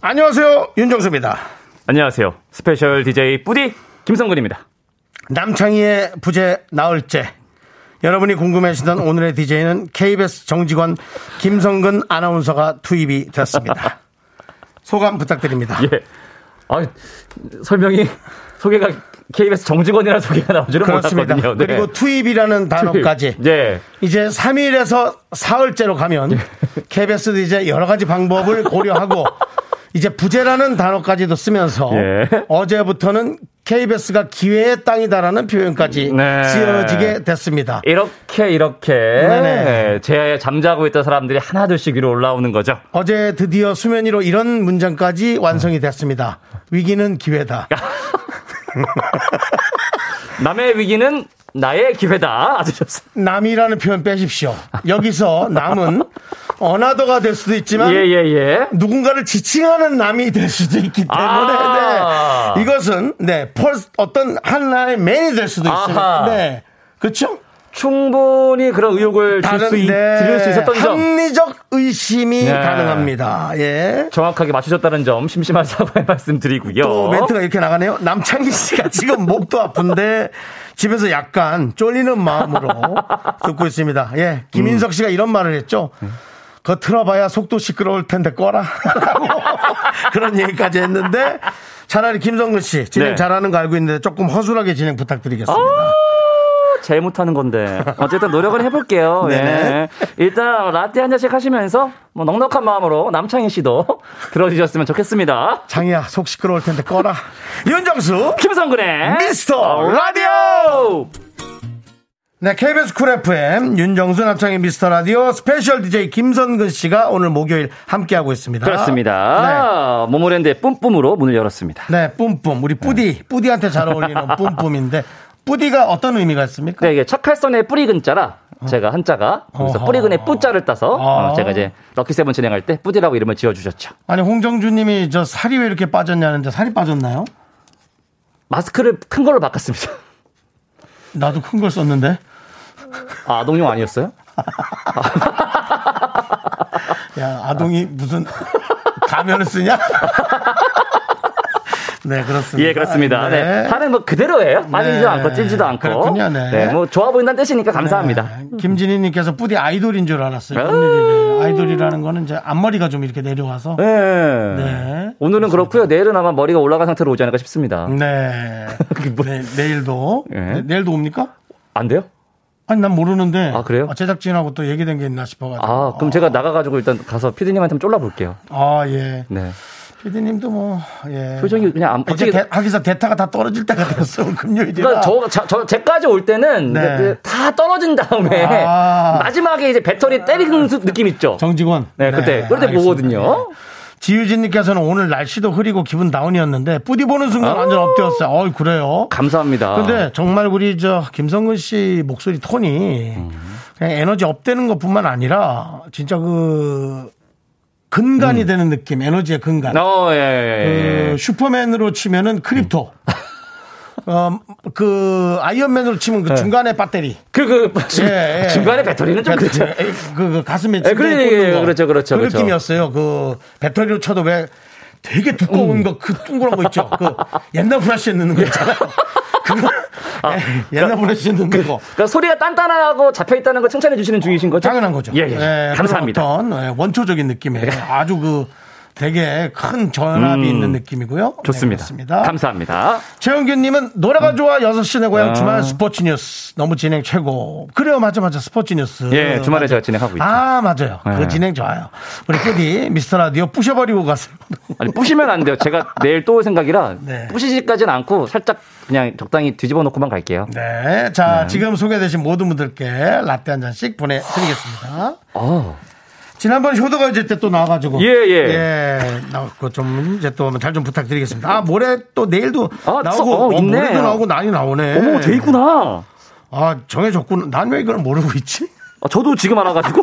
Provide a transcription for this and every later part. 안녕하세요 윤정수입니다. 안녕하세요. 스페셜 DJ 뿌디 김성근입니다. 남창희의 부재 나흘째 여러분이 궁금해하시던 오늘의 DJ는 KBS 정직원 김성근 아나운서가 투입이 됐습니다. 소감 부탁드립니다. 예. 아, 설명이 소개가 KBS 정직원이라는 소개가 나올 줄은 그렇습니다. 몰랐거든요. 네. 그리고 투입이라는 단어까지 예. 이제 3일에서 4흘째로 가면 KBS도 이제 여러 가지 방법을 고려하고 이제 부재라는 단어까지도 쓰면서 예. 어제부터는 KBS가 기회의 땅이다라는 표현까지 네. 쓰여지게 됐습니다. 이렇게 이렇게 네네. 제 잠자고 있던 사람들이 하나둘씩 위로 올라오는 거죠. 어제 드디어 수면 위로 이런 문장까지 완성이 됐습니다. 위기는 기회다. 남의 위기는 나의 기회다. 아주 좋습니다. 남이라는 표현 빼십시오. 여기서 남은 어나더가 될 수도 있지만 예, 예, 예. 누군가를 지칭하는 남이 될 수도 있기 때문에 아. 네. 이것은 네 펄스 어떤 하나의 맨이 될 수도 있습니다. 아하. 네 그렇죠. 충분히 그런 의혹을 들 수, 있- 네, 들을 수 있었던 점. 합리적 의심이 네. 가능합니다. 예. 정확하게 맞추셨다는 점 심심한 사과의 말씀 드리고요. 또 멘트가 이렇게 나가네요. 남창희 씨가 지금 목도 아픈데 집에서 약간 쫄리는 마음으로 듣고 있습니다. 예. 김인석 씨가 이런 말을 했죠. 그거 틀어봐야 속도 시끄러울 텐데 꺼라. 라고 그런 얘기까지 했는데 차라리 김성근 씨 진행 네. 어? 잘하는 거 알고 있는데 조금 허술하게 진행 부탁드리겠습니다. 제일 못하는 아, 건데 어쨌든 노력을 해볼게요. 네네. 예. 일단 라떼 한 잔씩 하시면서 뭐 넉넉한 마음으로 남창희 씨도 들어주셨으면 좋겠습니다. 장이야 속 시끄러울 텐데 꺼라. 윤정수 김성근의 네. 미스터 라디오. 네, KBS 쿨 FM 윤정수 남창의 미스터 라디오 스페셜 DJ 김선근 씨가 오늘 목요일 함께하고 있습니다. 네. 그렇습니다. 모모랜드의 뿜뿜으로 문을 열었습니다. 네, 뿜뿜. 우리 뿌디, 네. 뿌디한테 잘 어울리는 뿜뿜인데, 뿌디가 어떤 의미가 있습니까? 네, 이게 착할선의 뿌리 근자라 제가 한자가 그래서 뿌리 근에 뿌자를 따서 어. 어, 제가 이제 럭키 세븐 진행할 때 뿌디라고 이름을 지어주셨죠. 아니, 홍정주 님이 저 살이 왜 이렇게 빠졌냐는데, 살이 빠졌나요? 마스크를 큰 걸로 바꿨습니다. 나도 큰 걸 썼는데. 아, 농용 아니었어요? 야, 아동이 무슨 가면을 쓰냐? 네, 그렇습니다. 예, 그렇습니다. 네. 살은 뭐 그대로예요. 빠지지도 네. 않고 찌지도 않고. 그렇군요, 네. 뭐 좋아 보인다는 뜻이니까 감사합니다. 김진희 님께서 뿌디 아이돌인 줄 알았어요. 아. 웬일이래. 아이돌이라는 거는 이제 앞머리가 좀 이렇게 내려와서. 네. 네. 오늘은 그렇고요. 내일은 아마 머리가 올라간 상태로 오지 않을까 싶습니다. 네. 그게 뭐- 네, 내일도. 예. 네, 내일도 옵니까? 안 돼요? 아니, 난 모르는데. 아, 그래요? 제작진하고 또 얘기된 게 있나 싶어가지고. 아, 그럼 제가 나가가지고 일단 가서 피디님한테 좀 쫄라볼게요. 아, 예. 네. 피디님도 뭐, 예. 표정이 그냥 안 이제 바뀌게. 대, 하기사 대타가 다 떨어질 때가 됐어. 오늘 금요일이라. 그러니까 저, 저, 저- 제까지 올 때는 네. 이제 그다 떨어진 다음에 아. 마지막에 이제 배터리 때리는 수- 느낌 있죠? 정직원. 네, 그때, 그럴 때 알겠습니다. 예. 보거든요. 지유진님께서는 오늘 날씨도 흐리고 기분 다운이었는데, 뿌디 보는 순간 아. 완전 업되었어요. 어이, 그래요. 감사합니다. 근데 정말 우리 저 김성근 씨 목소리 톤이 그냥 에너지 업되는 것뿐만 아니라 진짜 그 근간이 되는 느낌, 에너지의 근간. 어, 예, 예, 예. 그 슈퍼맨으로 치면은 크립토. 어, 그 아이언맨으로 치면 그 중간에 배터리. 그, 그, 중- 예, 예. 중간에 배터리는 좀 배터리, 그렇죠. 에이, 그, 그 가슴에 예, 그래, 꽂는 예, 그렇죠, 그렇죠, 그 그렇죠. 느낌이었어요. 그 배터리로 쳐도 왜 되게 음. 두꺼운 거 그 둥그런 거 있죠. 그 옛날 브라시에 넣는 거 있잖아요. 그거 예, 옛날 브라시에 넣는 거. 아, 그 그러니까 소리가 단단하고 잡혀 있다는 걸 칭찬해 주시는 중이신 거죠? 아, 당연한 거죠. 예, 예. 그런 감사합니다. 어떤 예, 원초적인 느낌의 아주 그 되게 큰 전압이 있는 느낌이고요. 음. 좋습니다. 네, 그렇습니다. 감사합니다. 음. 최영균님은 노래가 좋아 6시 내 고향 주말 스포츠 뉴스 너무 진행 최고 그래요 맞아 맞아 스포츠 뉴스 예, 주말에 맞아. 제가 진행하고 있죠. 아 맞아요 그 네. 진행 좋아요 우리 뿌디 미스터 라디오 부셔버리고 가세요 아니, 뿌시면 안 돼요. 제가 내일 또 올 생각이라 네. 뿌시지까지는 않고 살짝 그냥 적당히 뒤집어 놓고만 갈게요. 네. 네. 아. 네자 지금 소개되신 모든 분들께 라떼 한 잔씩 보내드리겠습니다 어. 지난번 효도가 이제 때 또 나와가지고 예, 예. 나왔고 좀 이제 또 잘 좀 부탁드리겠습니다. 아 모레 또 내일도 아, 써- 나오고 어, 어, 있네. 모레도 나오고 난이 나오네. 어머, 돼 있구나. 아 정해졌구나. 난 왜 이걸 모르고 있지? 아, 저도 지금 알아가지고.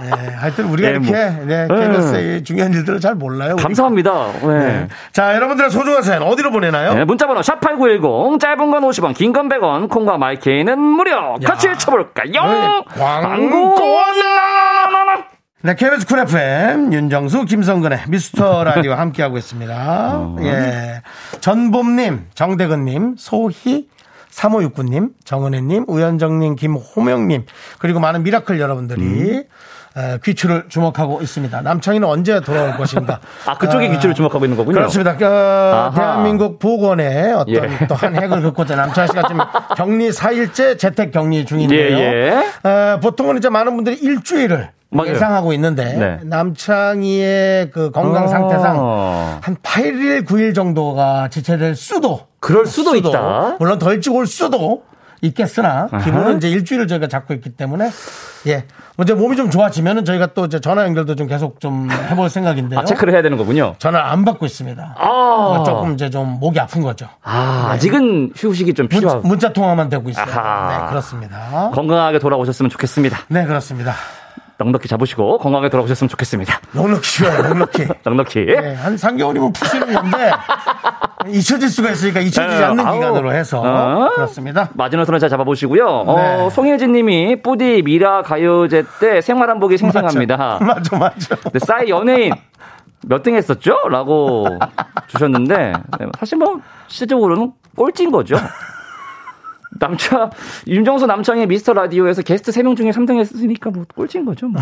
네, 하여튼 우리가 네, 이렇게 네. 네, KBS의 중요한 일들을 잘 몰라요. 우리. 감사합니다. 네. 자 여러분들의 소중한 사연 어디로 보내나요? 네, 문자번호 샵8910 짧은 건 50원 긴 건 100원 콩과 마이케이는 무료 같이 네, 쳐볼까요? 광고 올라! 네, KBS 쿨 FM, 윤정수, 김성근의 미스터 라디오 함께하고 어. 있습니다. 예. 전봄님, 정대근님, 소희, 3569님, 정은혜님, 우현정님, 김호명님, 그리고 많은 미라클 음. 여러분들이 에, 귀추를 주목하고 있습니다. 남창희는 언제 돌아올 것인가? 아, 그쪽에 귀추를 주목하고 있는 거군요. 그렇습니다. 어, 아하. 대한민국 보건의 어떤 예. 또 한 핵을 긋고자 남창희 씨가 지금 격리 4일째 재택 격리 중인데요. 예, 어, 보통은 이제 많은 분들이 일주일을 맞아요. 예상하고 있는데 네. 남창희의 그 건강 아. 상태상 한 8일 9일 정도가 지체될 수도 그럴 수도 있다. 물론 더 일찍 올 수도 있겠으나 기본은 이제 일주일을 저희가 잡고 있기 때문에 예 먼저 몸이 좀 좋아지면은 저희가 또 이제 전화 연결도 좀 계속 좀 해볼 생각인데요. 아, 체크를 해야 되는 거군요. 전화 안 받고 있습니다. 그러니까 아, 조금 이제 좀 목이 아픈 거죠. 아 아직은 휴식이 좀 문자, 필요하고 문자 통화만 되고 있어요. 아하. 네, 그렇습니다. 건강하게 돌아오셨으면 좋겠습니다. 네, 그렇습니다. 넉넉히 잡으시고 건강하게 돌아오셨으면 좋겠습니다. 넉넉히 쉬어요, 넉넉히. 넉넉히. 네, 한 3개월이면 푸시는 건데 잊혀질 수가 있으니까 잊혀지지 네, 않는 아우. 기간으로 해서 어? 그렇습니다. 마지노선을 잘 잡아보시고요. 네. 어, 송혜진 님이 뿌디 미라 가요제 때 생활 한복이 생생합니다. 맞죠, 맞죠. 근데 싸이 연예인 몇 등 했었죠? 라고 주셨는데 네, 사실 뭐 실제적으로는 꼴찌인 거죠. 남자 윤정수 남창의 미스터 라디오에서 게스트 3명 중에 3등 했으니까 뭐 꼴찌인 거죠. 뭐.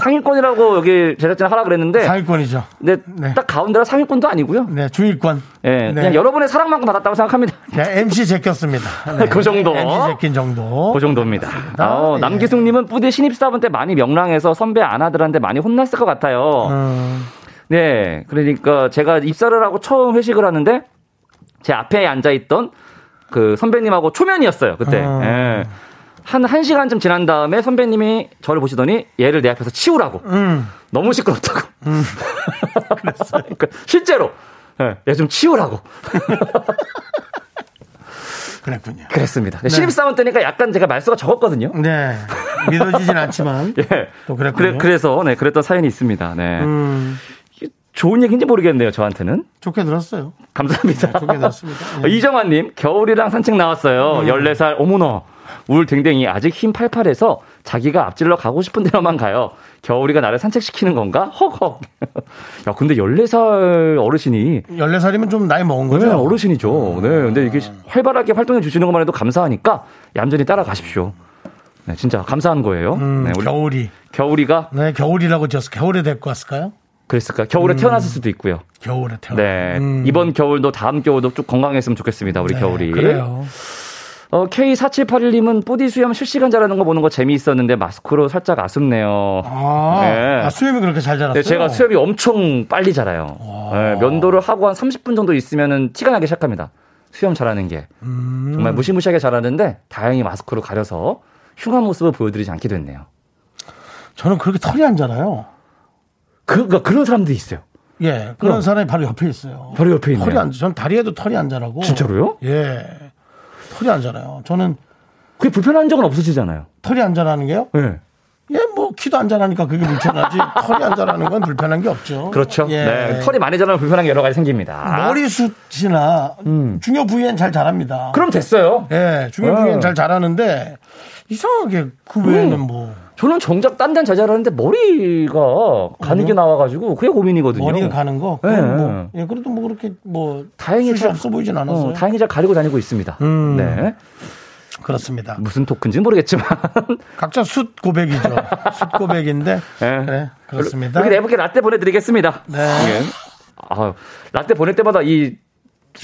상위권이라고 여기 제작진 하라 그랬는데 상위권이죠. 근데 네. 딱 가운데라 상위권도 아니고요. 네, 중위권. 예, 네. 그냥 여러분의 사랑만큼 받았다고 생각합니다. 그냥 MC 제꼈습니다. 네, 그 정도. MC 제낀 정도. 그 정도입니다. 어, 예. 남기숙님은 부대 신입사원 때 많이 명랑해서 선배 아나들한테 많이 혼났을 것 같아요. 음, 네, 그러니까 제가 입사를 하고 처음 회식을 하는데 제 앞에 앉아 있던 그 선배님하고 초면이었어요 그때. 음. 예. 한, 한 시간쯤 지난 다음에 선배님이 저를 보시더니 얘를 내 앞에서 치우라고. 음. 너무 시끄럽다고. 그랬어요. 그러니까 실제로. 예, 얘 좀 치우라고. 그랬군요. 그랬습니다. 신입사원 때니까 약간 제가 말수가 적었거든요. 네. 믿어지진 않지만. 예. 또 그랬군요. 그래, 그래서, 네, 그랬던 사연이 있습니다. 네. 음, 좋은 얘기인지 모르겠네요, 저한테는. 좋게 들었어요. 감사합니다. 네, 좋게 들었습니다. 예. 음. 이정환님, 겨울이랑 산책 나왔어요. 14살, 어머나. 울 댕댕이 아직 힘 팔팔해서 자기가 앞질러 가고 싶은 데만 가요. 겨울이가 나를 산책시키는 건가? 헉헉. 야, 근데 14살 어르신이 14살이면 좀 나이 먹은 네, 거죠? 어르신이죠. 네, 음. 근데 이게 활발하게 활동해 주시는 것만 해도 감사하니까 얌전히 따라가십시오. 네, 진짜 감사한 거예요. 음, 네, 우리 겨울이. 겨울이가 네, 겨울이라고 지어서 겨울에 데리고 왔을까요? 그랬을까? 겨울에 음. 태어났을 수도 있고요. 겨울에 태어. 네. 이번 겨울도 다음 겨울도 쭉 건강했으면 좋겠습니다. 우리 겨울이. 음. 네, 그래요. 어, K4781님은 뿌디 수염 실시간 자라는 거 보는 거 재미있었는데 마스크로 살짝 아쉽네요. 아, 네. 아, 수염이 그렇게 잘 자랐어요. 네, 제가 수염이 엄청 빨리 자라요. 네, 면도를 하고 한 30분 정도 있으면 티가 나기 시작합니다. 수염 자라는 게. 음. 정말 무시무시하게 자라는데 다행히 마스크로 가려서 흉한 모습을 보여드리지 않게 됐네요. 저는 그렇게 털이 안 자라요. 그, 그러니까 그런 사람들이 있어요. 예, 그런 사람이 바로 옆에 있어요. 바로 옆에 있네요. 털이 안, 전 다리에도 털이 안 자라고. 진짜로요? 예. 털이 안 자라요. 저는 그게 불편한 적은 없으시잖아요. 털이 안 자라는 게요? 네. 예, 뭐, 키도 안 자라니까 그게 불편하지. 털이 안 자라는 건 불편한 게 없죠. 그렇죠. 예. 네, 털이 많이 자라면 불편한 게 여러 가지 생깁니다. 머리숱이나 중요 부위엔 잘 자랍니다. 음. 그럼 됐어요. 예, 중요 어. 부위엔 잘 자라는데 이상하게 그 외에는 음. 뭐. 저는 정작 딴 데는 잘 자라는데 머리가 가늘게 나와가지고 그게 고민이거든요. 머리가 가는 거? 예, 그건 뭐, 예. 예, 그래도 뭐 그렇게 뭐 다행히 숱이 잘- 없어 보이진 않았어요. 어, 다행히 잘 가리고 다니고 있습니다. 음. 네. 그렇습니다. 무슨 토크인지 모르겠지만. 각자 숱 고백이죠. 숱 고백인데 예. 그래 그렇습니다. 여기 네 분께 라떼 보내드리겠습니다. 네. 예. 아, 라떼 보낼 때마다 이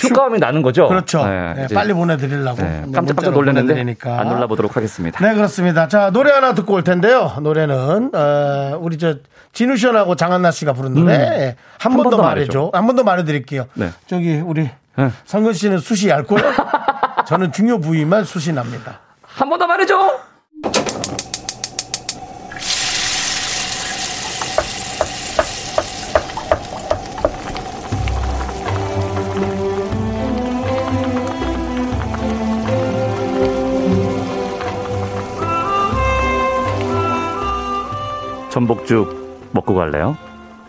효과음이 나는 거죠? 그렇죠. 네, 네, 이제, 빨리 보내드리려고 네, 문자로 깜짝깜짝 놀랐는데 보내드리니까. 안 놀라보도록 하겠습니다. 네 그렇습니다. 자 노래 하나 듣고 올 텐데요. 노래는 어, 우리 저 진우 씨하고 장한나 씨가 부른 노래 예, 한 음. 한 번 번 더 더 말해줘. 한 번 더 말해드릴게요. 네. 저기 우리 네. 성근 씨는 숱이 얇고요. 저는 중요 부위만 숱이 납니다. 한 번 더 말해줘! 네. 전복죽 먹고 갈래요?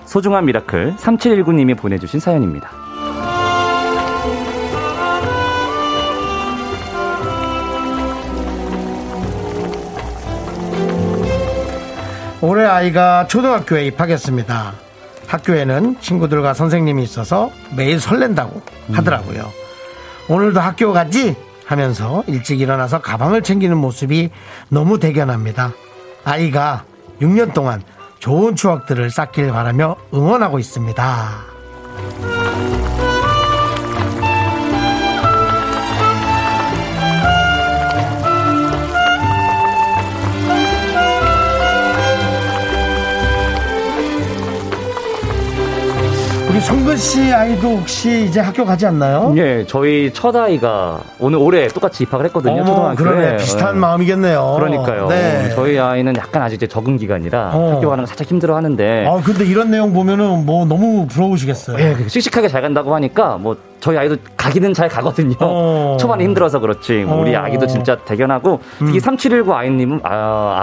소중한 미라클 3719님이 보내주신 사연입니다. 올해 아이가 초등학교에 입학했습니다. 학교에는 친구들과 선생님이 있어서 매일 설렌다고 음. 하더라고요. 오늘도 학교 가지? 하면서 일찍 일어나서 가방을 챙기는 모습이 너무 대견합니다. 아이가 6년 동안 좋은 추억들을 쌓길 바라며 응원하고 있습니다. 우리 성근 씨 아이도 혹시 이제 학교 가지 않나요? 예, 저희 첫 아이가 오늘 올해 똑같이 입학을 했거든요. 어머, 예, 초등학교에. 그러네. 비슷한 예. 마음이겠네요. 그러니까요. 네. 저희 아이는 약간 아직 이제 적응 기간이라 어. 학교 가는 거 살짝 힘들어 하는데 아, 근데 이런 내용 보면은 뭐 너무 부러우시겠어요. 예, 그 씩씩하게 잘 간다고 하니까 뭐 저희 아이도 가기는 잘 가거든요. 어. 초반에 힘들어서 그렇지. 뭐 우리 어. 아기도 진짜 대견하고 특히 3719 아이님은 아,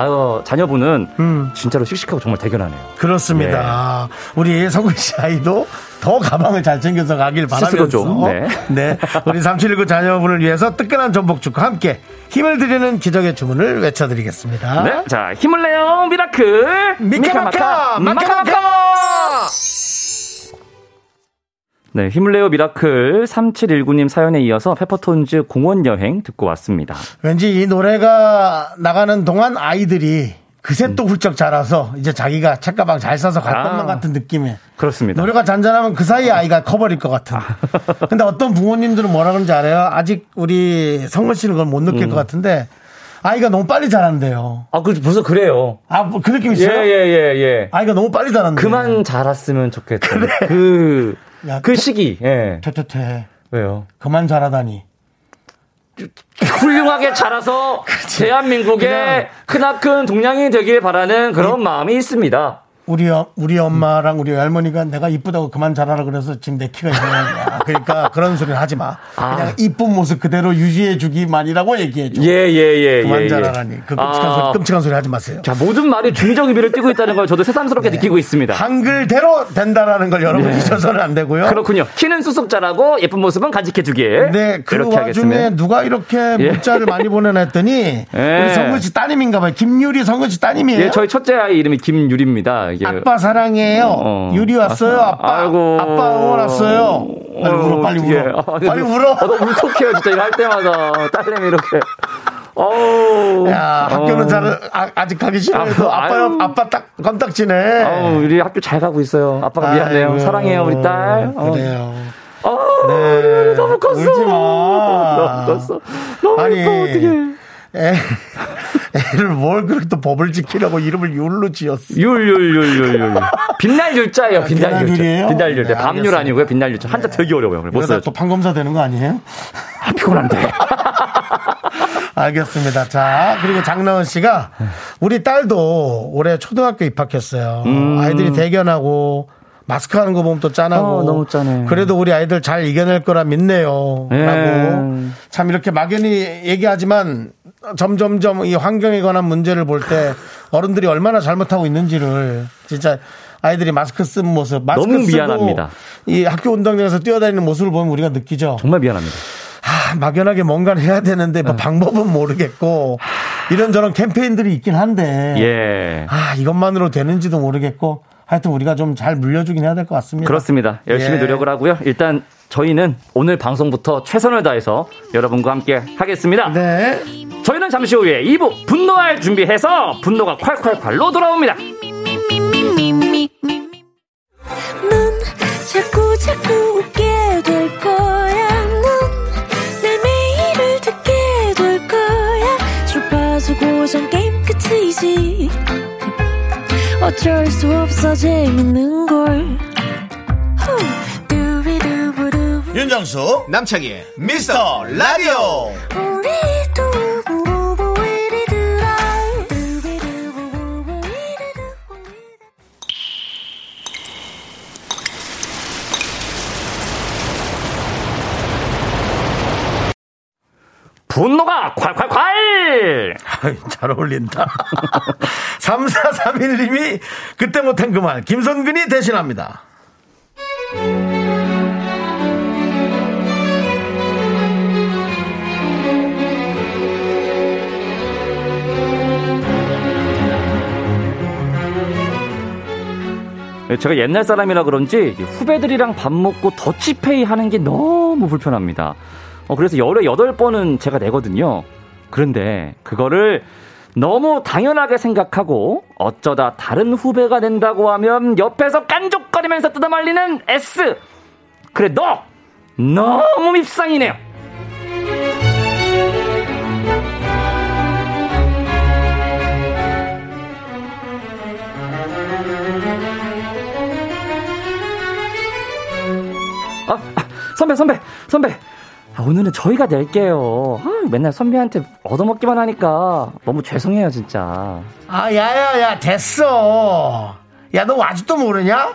아 자녀분은 음. 진짜로 씩씩하고 정말 대견하네요. 그렇습니다. 네. 우리 성근 씨 아이도 더 가방을 잘 챙겨서 가길 바라면서 스스로 좀, 네. 네. 우리 3719 자녀분을 위해서 뜨끈한 전복죽과 함께 힘을 드리는 기적의 주문을 외쳐드리겠습니다. 네, 자 힘을 내요 미라클 미카마카! 마카마카. 네, 힘을 내요 미라클 3719님 사연에 이어서 페퍼톤즈 공원 여행 듣고 왔습니다. 왠지 이 노래가 나가는 동안 아이들이 그새 또 훌쩍 자라서 이제 자기가 책가방 잘 싸서 갈 아. 것만 같은 느낌에 그렇습니다. 노래가 잔잔하면 그 사이에 아이가 커버릴 것 같은. 근데 어떤 부모님들은 뭐라 그런지 알아요? 아직 우리 성근 씨는 그걸 못 음. 느낄 것 같은데 아이가 너무 빨리 자란대요. 아, 그 벌써 그래요. 아, 뭐 그 느낌 예, 있어요? 예, 예, 예. 아이가 너무 빨리 자란대. 그만 자랐으면 좋겠다. 그, 야, 그 태- 시기. 예. 퇴퇴퇴. 왜요? 그만 자라다니. 훌륭하게 자라서 대한민국의 그냥- 크나큰 동양인이 되길 바라는 그런 마음이 있습니다. 우리, 어- 우리 엄마랑 우리 할머니가 내가 이쁘다고 그만 자라라 그래서 지금 내 키가 있는 거야. 그러니까 그런 소리는 하지 마. 그냥 이쁜 모습 그대로 유지해주기만이라고 얘기해줘. 아. 예, 예, 예. 예, 그만 예. 자라라니. 그 끔찍한, 아, 소리, 끔찍한 소리 하지 마세요. 자, 모든 말이 중의적 의미를 띠고 있다는 걸 저도 새삼스럽게 네. 느끼고 있습니다. 한글대로 된다라는 걸 여러분 잊어서는 안 되고요. 네. 그렇군요. 키는 수속 자라고 예쁜 모습은 간직해주길. 네, 그 그렇게 와중에 하겠습니다. 누가 이렇게 예. 문자를 많이 보내나 했더니 예. 우리 성근 씨 따님인가 봐요. 김유리 성근 씨 따님이에요. 예, 저희 첫째 아이 이름이 김유리입니다. 이게 아빠 사랑해요. 어. 유리 왔어요. 아빠. 아이고. 아빠 응원 왔어요. 빨리 어이구, 울어, 빨리 어떡해. 울어. 아, 근데 빨리 너- 울어. 아, 너무 울컥해요, 진짜. 일할 때마다. 딸내미 이렇게. 어우. 야, 학교는 잘, 아, 직 가기 싫어요. 아유. 아, 빠 아빠 딱 껌딱지네. 어우, 우리 학교 잘 가고 있어요. 아빠가 미안해요. 아이고, 사랑해요, 우리 딸. 어. 그래요. 어우, 아, 네. 너무 컸어. 울지 마. 너무 컸어. 너무 아니. 예뻐, 어떡해. 애, 애를 뭘 그렇게 또 법을 지키라고 이름을 율로 지었어. 율율율율율 빛날 율자예요 빛날 빛날 율자 율이에요? 빛날 율자 아, 네, 밤율 알겠습니다. 네. 아니고요 빛날 율자 한자 되게 어려워요 못 이러다 써요 또 판검사 되는 거 아니에요? 아, 피곤한데 알겠습니다. 자, 그리고 장나은 씨가 우리 딸도 올해 초등학교 입학했어요. 음. 아이들이 대견하고 마스크 하는 거 보면 또 짠하고 어, 너무 짠해. 그래도 우리 아이들 잘 이겨낼 거라 믿네요. 예. 라고 참 이렇게 막연히 얘기하지만 점점점 이 환경에 관한 문제를 볼 때 어른들이 얼마나 잘못하고 있는지를 진짜 아이들이 마스크 쓴 모습, 마스크 너무 쓰고 미안합니다. 이 학교 운동장에서 뛰어다니는 모습을 보면 우리가 느끼죠. 정말 미안합니다 아, 막연하게 뭔가를 해야 되는데 뭐 방법은 모르겠고 이런저런 캠페인들이 있긴 한데 예 아 이것만으로 되는지도 모르겠고 하여튼 우리가 좀 잘 물려주긴 해야 될 것 같습니다. 그렇습니다. 열심히 예. 노력을 하고요. 일단 저희는 오늘 방송부터 최선을 다해서 여러분과 함께 하겠습니다. 네. 저희는 잠시 후에 2부 분노할 준비해서 분노가 콸콸콸로 돌아옵니다. 넌 자꾸 자꾸 웃게 될 거야. 넌내 매일을 듣게 될 거야. 주파수 고정 게임 끝이지. 어쩔 수 없어 재밌는 걸. 후. 두비두부두. 윤정수 남창희의 미스터 라디오 우리 두부부부 우리 두라. 두비두부부부 우리 두부부. 분노가 콸콸콸! 아이, 잘 어울린다. 3431님이 그때 못한 그 말 김선근이 대신합니다. 네, 제가 옛날 사람이라 그런지 후배들이랑 밥 먹고 더치페이 하는 게 너무 불편합니다. 어, 그래서 열에 여덟 번은 제가 내거든요. 그런데 그거를 너무 당연하게 생각하고 어쩌다 다른 후배가 낸다고 하면 옆에서 깐족거리면서 뜯어말리는 S. 그래 너 너무 밉상이네요. 아, 아, 선배, 선배, 선배. 아, 오늘은 저희가 낼게요. 아, 맨날 선배한테 얻어먹기만 하니까 너무 죄송해요, 진짜. 아, 야야야, 됐어. 야, 너 아직도 모르냐?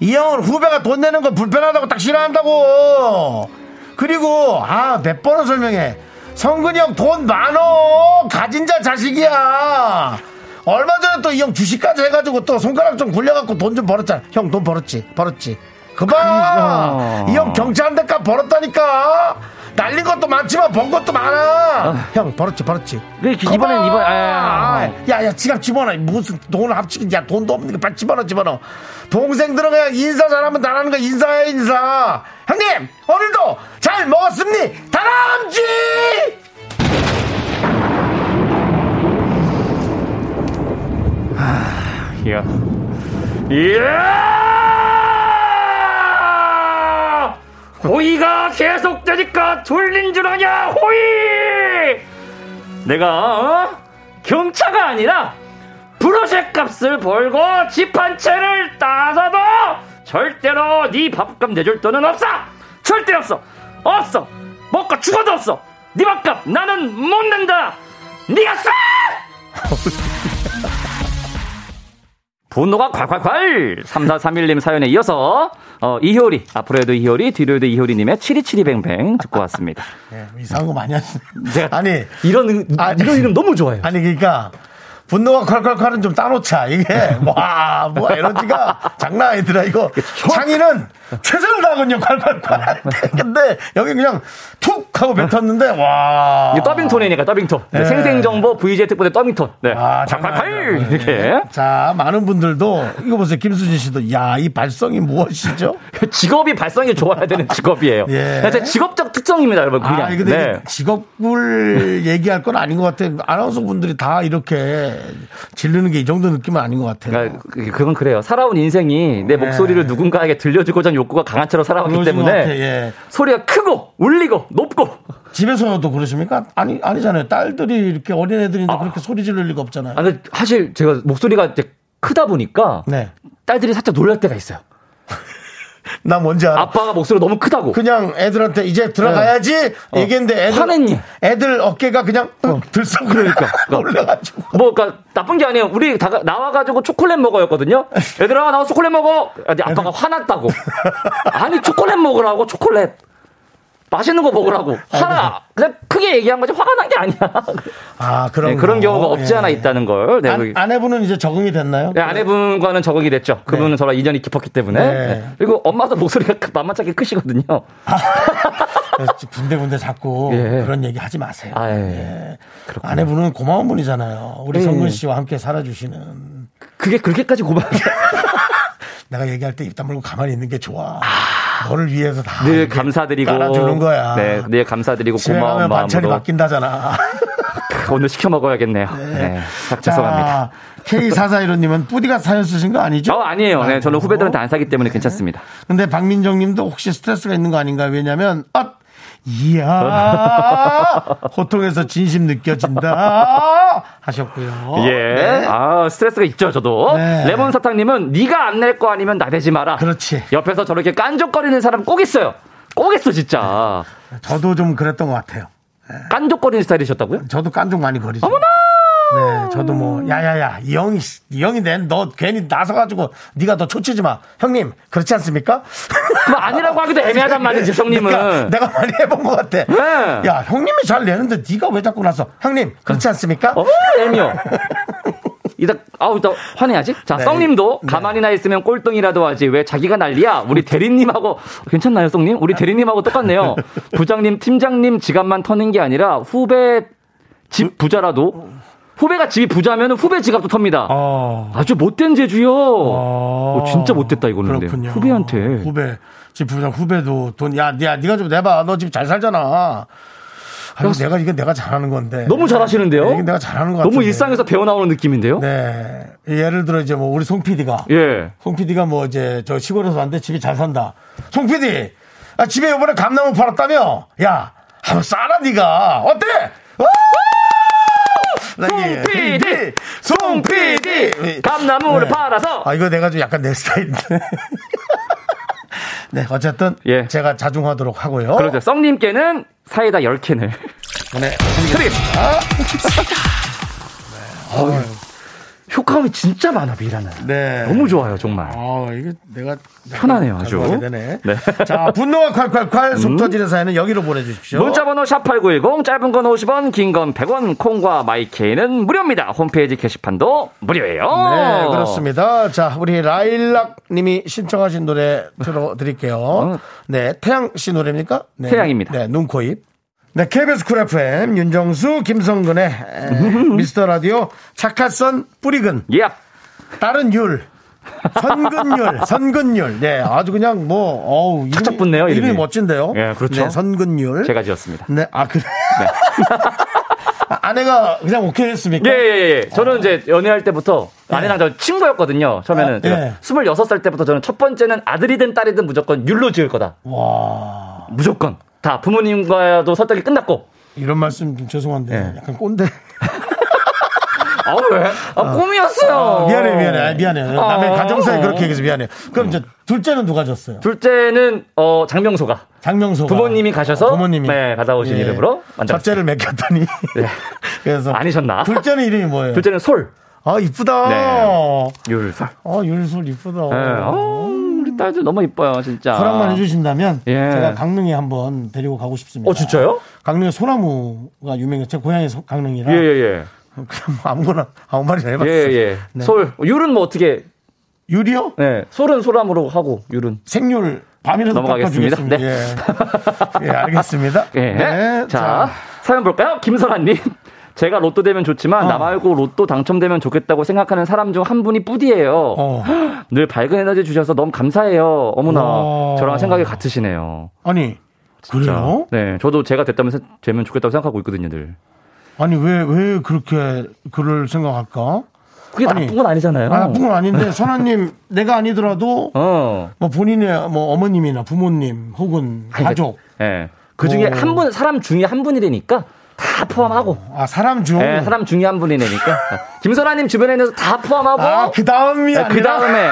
이 형은 후배가 돈 내는 거 불편하다고 딱 싫어한다고. 그리고 아, 몇 번을 설명해. 성근이 형 돈 많어. 가진 자 자식이야. 얼마 전에 또 이 형 주식까지 해가지고 또 손가락 좀 굴려갖고 돈 좀 벌었잖아. 형 돈 벌었지, 벌었지. 그봐. 그죠. 이 형 경제 한 대값 벌었다니까. 날린 것도 많지만 번 것도 많아. 형 벌었지, 벌었지. 그, 그, 이번엔, 이번, 아, 아, 아. 야, 야, 지갑 집어넣어. 무슨 돈을 합치긴, 야, 돈도 없는 게 빨리 집어넣어, 집어넣어. 동생들은 그냥 인사 잘하면 나라는 거 인사해, 인사. 형님, 오늘도 잘 먹었습니? 다람쥐! 이야. 예! 이야! 호의가 계속되니까 졸린 줄 아냐, 호의! 내가, 어? 경차가 아니라, 브로제 값을 벌고 집 한 채를 따서도 절대로 네 밥값 내줄 돈은 없어! 절대 없어! 없어! 먹고 죽어도 없어! 네 밥값 나는 못 낸다! 네가 싸! 분노가 콸콸콸! 3431님 사연에 이어서, 어, 이효리, 앞으로에도 이효리, 뒤로에도 이효리님의 7272뱅뱅 듣고 왔습니다. 예, 이상한 거 많이 하시네. 제가 아니, 이런, 아, 이런 이름 너무 좋아요. 아니, 그러니까. 분노가 콸콸콸은 좀 따놓자. 이게, 와, 뭐, 에너지가 장난 아니더라, 이거. 그 창의는 최선을 다하거든요, 콸콸콸. 할 때. 근데, 여기 그냥 툭 하고 뱉었는데, 와. 이게 더빙톤이니까, 더빙톤. 네, 네. 생생정보 VJ 특보대 더빙톤. 네. 아, 네. 장난 아니에요. 콸콸콸! 이렇게. 자, 많은 분들도 이거 보세요. 김수진 씨도 야, 이 발성이 무엇이죠? 그 직업이 발성이 좋아야 되는 직업이에요. 네, 예. 제 직업적 특성입니다, 여러분. 그냥. 네. 아, 근데 이게 직업을 얘기할 건 아닌 것 같아요. 아나운서 분들이 다 이렇게 질르는 게 이 정도 느낌은 아닌 것 같아요. 그러니까 그- 그건 그래요. 살아온 인생이 내 목소리를 누군가에게 들려주고자 하는 욕구가 강한 채로 살아왔기 네. 그러신 것 때문에 같아, 예. 소리가 크고 울리고 높고 집에서도 그러십니까? 아니, 아니잖아요. 딸들이 이렇게 어린애들인데 그렇게 소리 지를 리가 없잖아요. 아, 근데 사실 제가 목소리가 이제 크다 보니까 네. 딸들이 살짝 놀랄 때가 있어요. 나 뭔지 알아. 아빠가 목소리가 너무 크다고. 그냥 애들한테 이제 들어가야지 얘기했는데 애들, 네. 화냈니? 애들 어깨가 그냥 들썩 그러니까 올라가지고 뭐, 그니까, 나쁜 게 아니에요. 우리 다, 가- 나와가지고 초콜릿 먹어였거든요? 얘들아, 나와 초콜릿 먹어! 아니, 아빠가 화났다고. 아니, 초콜릿 먹으라고, 초콜릿. 맛있는 거 먹으라고. 네. 화나. 그냥 크게 얘기한 거지, 화가 난 게 아니야. 아 그런 네, 거. 그런 경우가 없지 예. 않아 있다는 걸. 네, 안, 그게- 아내분은 이제 적응이 됐나요? 네, 아내분과는 적응이 됐죠. 그분은 저랑 인연이 깊었기 때문에. 네. 네. 그리고 엄마도 목소리가 크- 만만치 않게 크시거든요. 그래서 군데군데 자꾸 예. 그런 얘기 하지 마세요. 아, 예. 아내분은 고마운 분이잖아요. 우리 예. 성근 씨와 함께 살아주시는. 그게 그렇게까지 고마워. 내가 얘기할 때 입 다물고 가만히 있는 게 좋아. 너를 위해서 다. 늘 이렇게 감사드리고. 깔아주는 거야. 네, 늘 감사드리고 집에 가면 고마운 반찬이 마음으로. 바뀐다잖아. 크, 오늘 시켜 먹어야겠네요. 네. 자, 죄송합니다. K441호님은 뿌디가 사연 쓰신 거 아니죠? 어, 아니에요. 네, 저는 아니고. 후배들한테 안 사기 때문에 괜찮습니다. 근데 박민정 님도 혹시 스트레스가 있는 거 아닌가요? 왜냐면, 엇! 이야! 호통에서 진심 느껴진다! 하셨고요. 예. 네. 아, 스트레스가 있죠, 저도. 네. 레몬 사탕님은 네가 안 낼 거 아니면 나대지 마라. 그렇지. 옆에서 저렇게 깐족거리는 사람 꼭 있어요. 꼭 있어, 진짜. 저도 좀 그랬던 것 같아요. 네. 깐족거리는 스타일이셨다고요? 저도 깐족 많이 거리죠. 어머나! 네, 저도 뭐 야야야 이영이 씨, 이영이 낸너 괜히 나서가지고 네가 너 초치지 마 형님 그렇지 않습니까? 그러니까 그 아니라고 하기도 애매하단 말이지 형님은. 내가, 내가 많이 해본 것 같아. 네. 야 형님이 잘 내는데 네가 왜 자꾸 나서 형님 그렇지 않습니까? 어, 애미요. 이따 아우 이따 화내야지. 자, 네. 썽님도 가만히 나 있으면 꼴등이라도 하지 왜 자기가 난리야? 우리 대리님하고 괜찮나요, 썽님? 우리 대리님하고 똑같네요. 부장님, 팀장님 지갑만 터는 게 아니라 후배 집 부자라도 후배가 집이 부자면 후배 지갑도 텁니다. 어. 아주 못된 재주요. 어. 어, 진짜 못됐다 이거는. 근데. 그렇군요. 후배한테. 후배 지금 부장 후배도 돈야 야, 네가 좀 내봐 너 지금 잘 살잖아. 아니, 그래서- 내가 이건 내가 잘하는 건데. 네, 너무 잘하시는데요? 이건 내가 잘하는 것 같아. 너무 일상에서 배워 나오는 느낌인데요. 네 예를 들어 이제 뭐 우리 송 PD가 예. 송 PD가 뭐 이제 저 시골에서 왔는데 집이 잘 산다. 송 PD, 아, 집에 이번에 감나무 팔았다며? 야, 한번 싸라 네가 어때? 와! 네, 예. 나 이게 PD, 송 PD, 감나무를 팔아서. 예. 아 이거 내가 좀 약간 내 스타일인데. 네, 어쨌든 예. 제가 자중하도록 하고요. 그러죠. 썽님께는 사이다 10캔을. 네, 드리겠습니다. 어휴, 효과음이 진짜 많아, 미라는. 네. 너무 좋아요, 정말. 아, 이게 내가 편하네요, 아주. 잘못하게 되네. 네. 음. 자, 분노가 콸콸콸 속 터지는 사연은 여기로 보내주십시오. 문자번호 샵8910, 짧은 건 50원, 긴 건 100원, 콩과 마이케이는 무료입니다. 홈페이지 게시판도 무료예요. 네, 그렇습니다. 자, 우리 라일락 님이 신청하신 노래 들어드릴게요. 네, 태양 씨 노래입니까? 네, 음. 태양입니다. 네, 눈, 코, 입. 네, KBS 쿨 FM, 윤정수, 김성근의 에, 미스터 라디오, 착하선, 뿌리근, 예. 다른 율, 선근율, 선근율. 네, 아주 그냥 뭐, 어우, 이름이- 착착 붙네요, 이름이. 이름이. 멋진데요. 예, 그렇죠. 네, 선근율. 제가 지었습니다. 네, 아, 그래. 아, 아내가 그냥 오케이 했습니까? 예, 예, 예. 저는 이제 연애할 때부터 네. 아내랑 저 친구였거든요. 처음에는. 아, 예. 제가 26살 때부터 저는 첫 번째는 아들이든 딸이든 무조건 율로 지을 거다. 와. 무조건. 다 부모님과도 설득이 끝났고. 이런 말씀 좀 죄송한데 약간 꼰대. 아, 왜? 아, 꿈이었어요. 미안해 미안해 아, 미안해 남의 아. 가정사에 그렇게 얘기해서 미안해. 그럼 이제 둘째는 누가 졌어요? 둘째는 어 장명소가 장명소 부모님이 가셔서 어, 네, 받아오신 이름으로 만들었어요. 첫째를 예. 맡겼더니 그래서 아니셨나? 둘째는 이름이 뭐예요? 둘째는 솔 아 이쁘다. 네. 율솔. 아 윤술 이쁘다. 예. 어, 우리 딸들 너무 이뻐요 진짜. 허락만 해주신다면 예. 제가 강릉에 한번 데리고 가고 싶습니다. 어 진짜요? 강릉에 소나무가 유명해요. 제 고향이 소- 강릉이라 예예 예. 그냥 뭐 아무거나 아무 말이나 예 해봤어요. 예. 네. 솔 율은 뭐 어떻게? 유리요? 네. 솔은 소람으로 하고 율은. 생률 밤이라도 넘어가겠습니다. 네. 깎아주겠습니다. 예. 예, 알겠습니다. 예. 네, 자, 사연 볼까요? 김설아님. 제가 로또 되면 좋지만 나 말고 로또 당첨되면 좋겠다고 생각하는 사람 중 한 분이 뿌디예요. 어. 늘 밝은 에너지 주셔서 너무 감사해요. 어머나 와. 저랑 생각이 같으시네요. 아니 진짜. 그래요? 네, 저도 제가 됐다면 세- 되면 좋겠다고 생각하고 있거든요, 늘. 네. 아니 왜 왜 그렇게 그를 생각할까? 그게 아니, 나쁜 건 아니잖아요. 아, 나쁜 건 아닌데 선아님 내가 아니더라도 어. 뭐 본인의 뭐 어머님이나 부모님 혹은 가족 예. 그 중에 어. 한 분, 사람 중에 한 분이라니까 다 포함하고. 아 사람 중. 예, 사람 중에 한 분이라니까. 김선아님 주변에 있는 다 포함하고. 아그 다음이 아니라 예. 그 다음에,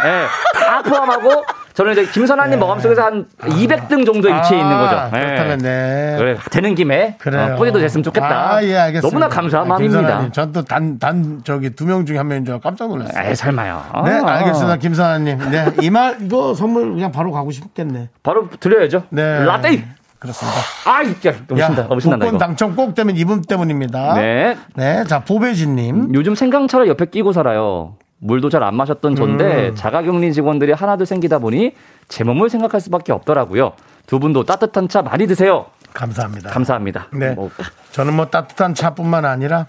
다 포함하고. 저는 이제 김선아님 마음 속에서 한 200등 정도 위치에 아, 있는 거죠. 예. 그렇다면 네. 그래, 되는 김에 그래요. 어, 뿌리도 됐으면 좋겠다. 아, 예, 알겠습니다. 너무나 감사한 마음입니다. 김선아님, 전또 단, 단, 저기 두 명 중에 한 명인 줄 깜짝 놀랐어요. 에 예, 설마요. 네, 아. 알겠습니다. 김선아님. 네, 이 말 이거 선물 그냥 바로 가고 싶겠네. 바로 드려야죠. 네. 라떼. 그렇습니다. 아이, 야, 너무 신다. 너무 신난다 복권 이거. 당첨 꼭 되면 이분 때문입니다. 네. 네, 자 보배진님. 요즘 생강차를 옆에 끼고 살아요. 물도 잘 안 마셨던 음. 전데 자가격리 직원들이 하나둘 생기다 보니 제 몸을 생각할 수밖에 없더라고요. 두 분도 따뜻한 차 많이 드세요. 감사합니다. 감사합니다. 네, 뭐, 저는 뭐 따뜻한 차뿐만 아니라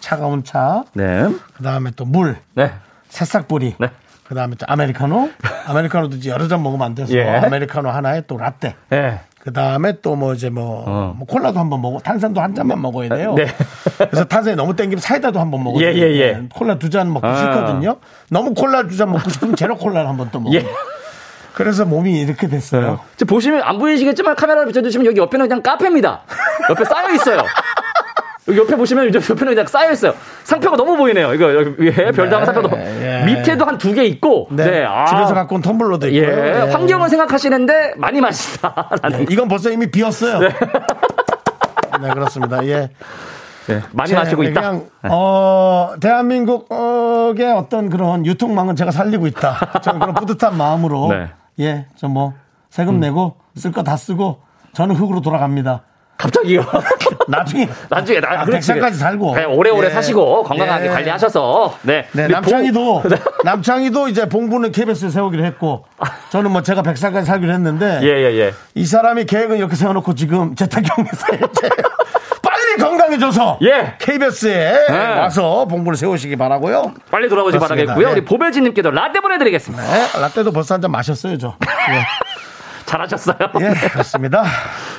차가운 차, 네. 그 다음에 또 물, 네. 새싹보리, 네. 그 다음에 또 아메리카노, 아메리카노도 이제 여러 잔 먹으면 안 돼서 예. 아메리카노 하나에 또 라떼. 네. 그 다음에 또 뭐 이제 뭐, 어. 뭐 콜라도 한번 먹어 탄산도 한 잔만 먹어야 돼요. 네. 그래서 탄산이 너무 땡기면 사이다도 한번 먹어요. 예, 예, 예. 콜라 두 잔 먹기 아. 싫거든요. 너무 콜라 두 잔 먹고 싶으면 제로 콜라를 한번 또 먹어. 예. 요 그래서 몸이 이렇게 됐어요. 지금 보시면 안 보이시겠지만 카메라를 비춰주시면 여기 옆에는 그냥 카페입니다. 옆에 쌓여 있어요. 여기 옆에 보시면 이제 옆에는 그냥 쌓여 있어요. 상표가 너무 보이네요. 이거 여기 위에 별다방 상표도 예. 밑에도 한 두 개 있고. 네. 아. 집에서 갖고 온 텀블러도 있고요. 예, 예. 환경을 생각하시는데 많이 마시다. 네. 네. 이건 벌써 이미 비었어요. 네, 그렇습니다. 네, 예. 네, 많이 제- 마시고 있다. 네. 그냥 어 대한민국의 어떤 그런 유통망은 제가 살리고 있다. 저는 그런 뿌듯한 마음으로 네. 음. 예, 저 뭐 세금 내고 쓸 거 다 쓰고 저는 흙으로 돌아갑니다. 갑자기요. 나중에 뭐, 나중에 나 아, 그렇지. 백살까지 살고. 그냥 오래오래 예. 사시고 건강하게 예. 관리하셔서 네. 네, 우리 남창희도 봉- 남창희도 이제 봉부는 KBS에 세우기로 했고 저는 뭐 제가 백살까지 살기로 했는데 예, 예, 예. 이 사람이 계획은 이렇게 세워놓고 지금 재택경에서 이제 빨리 건강해져서 예. KBS에 네. 와서 봉부를 세우시기 바라고요. 빨리 돌아오지 그렇습니다. 바라겠고요. 네. 우리 보배진 님께도 라떼 보내 드리겠습니다. 네, 라떼도 벌써 한 잔 마셨어요, 저. 잘하셨어요. 예, 예 그렇습니다.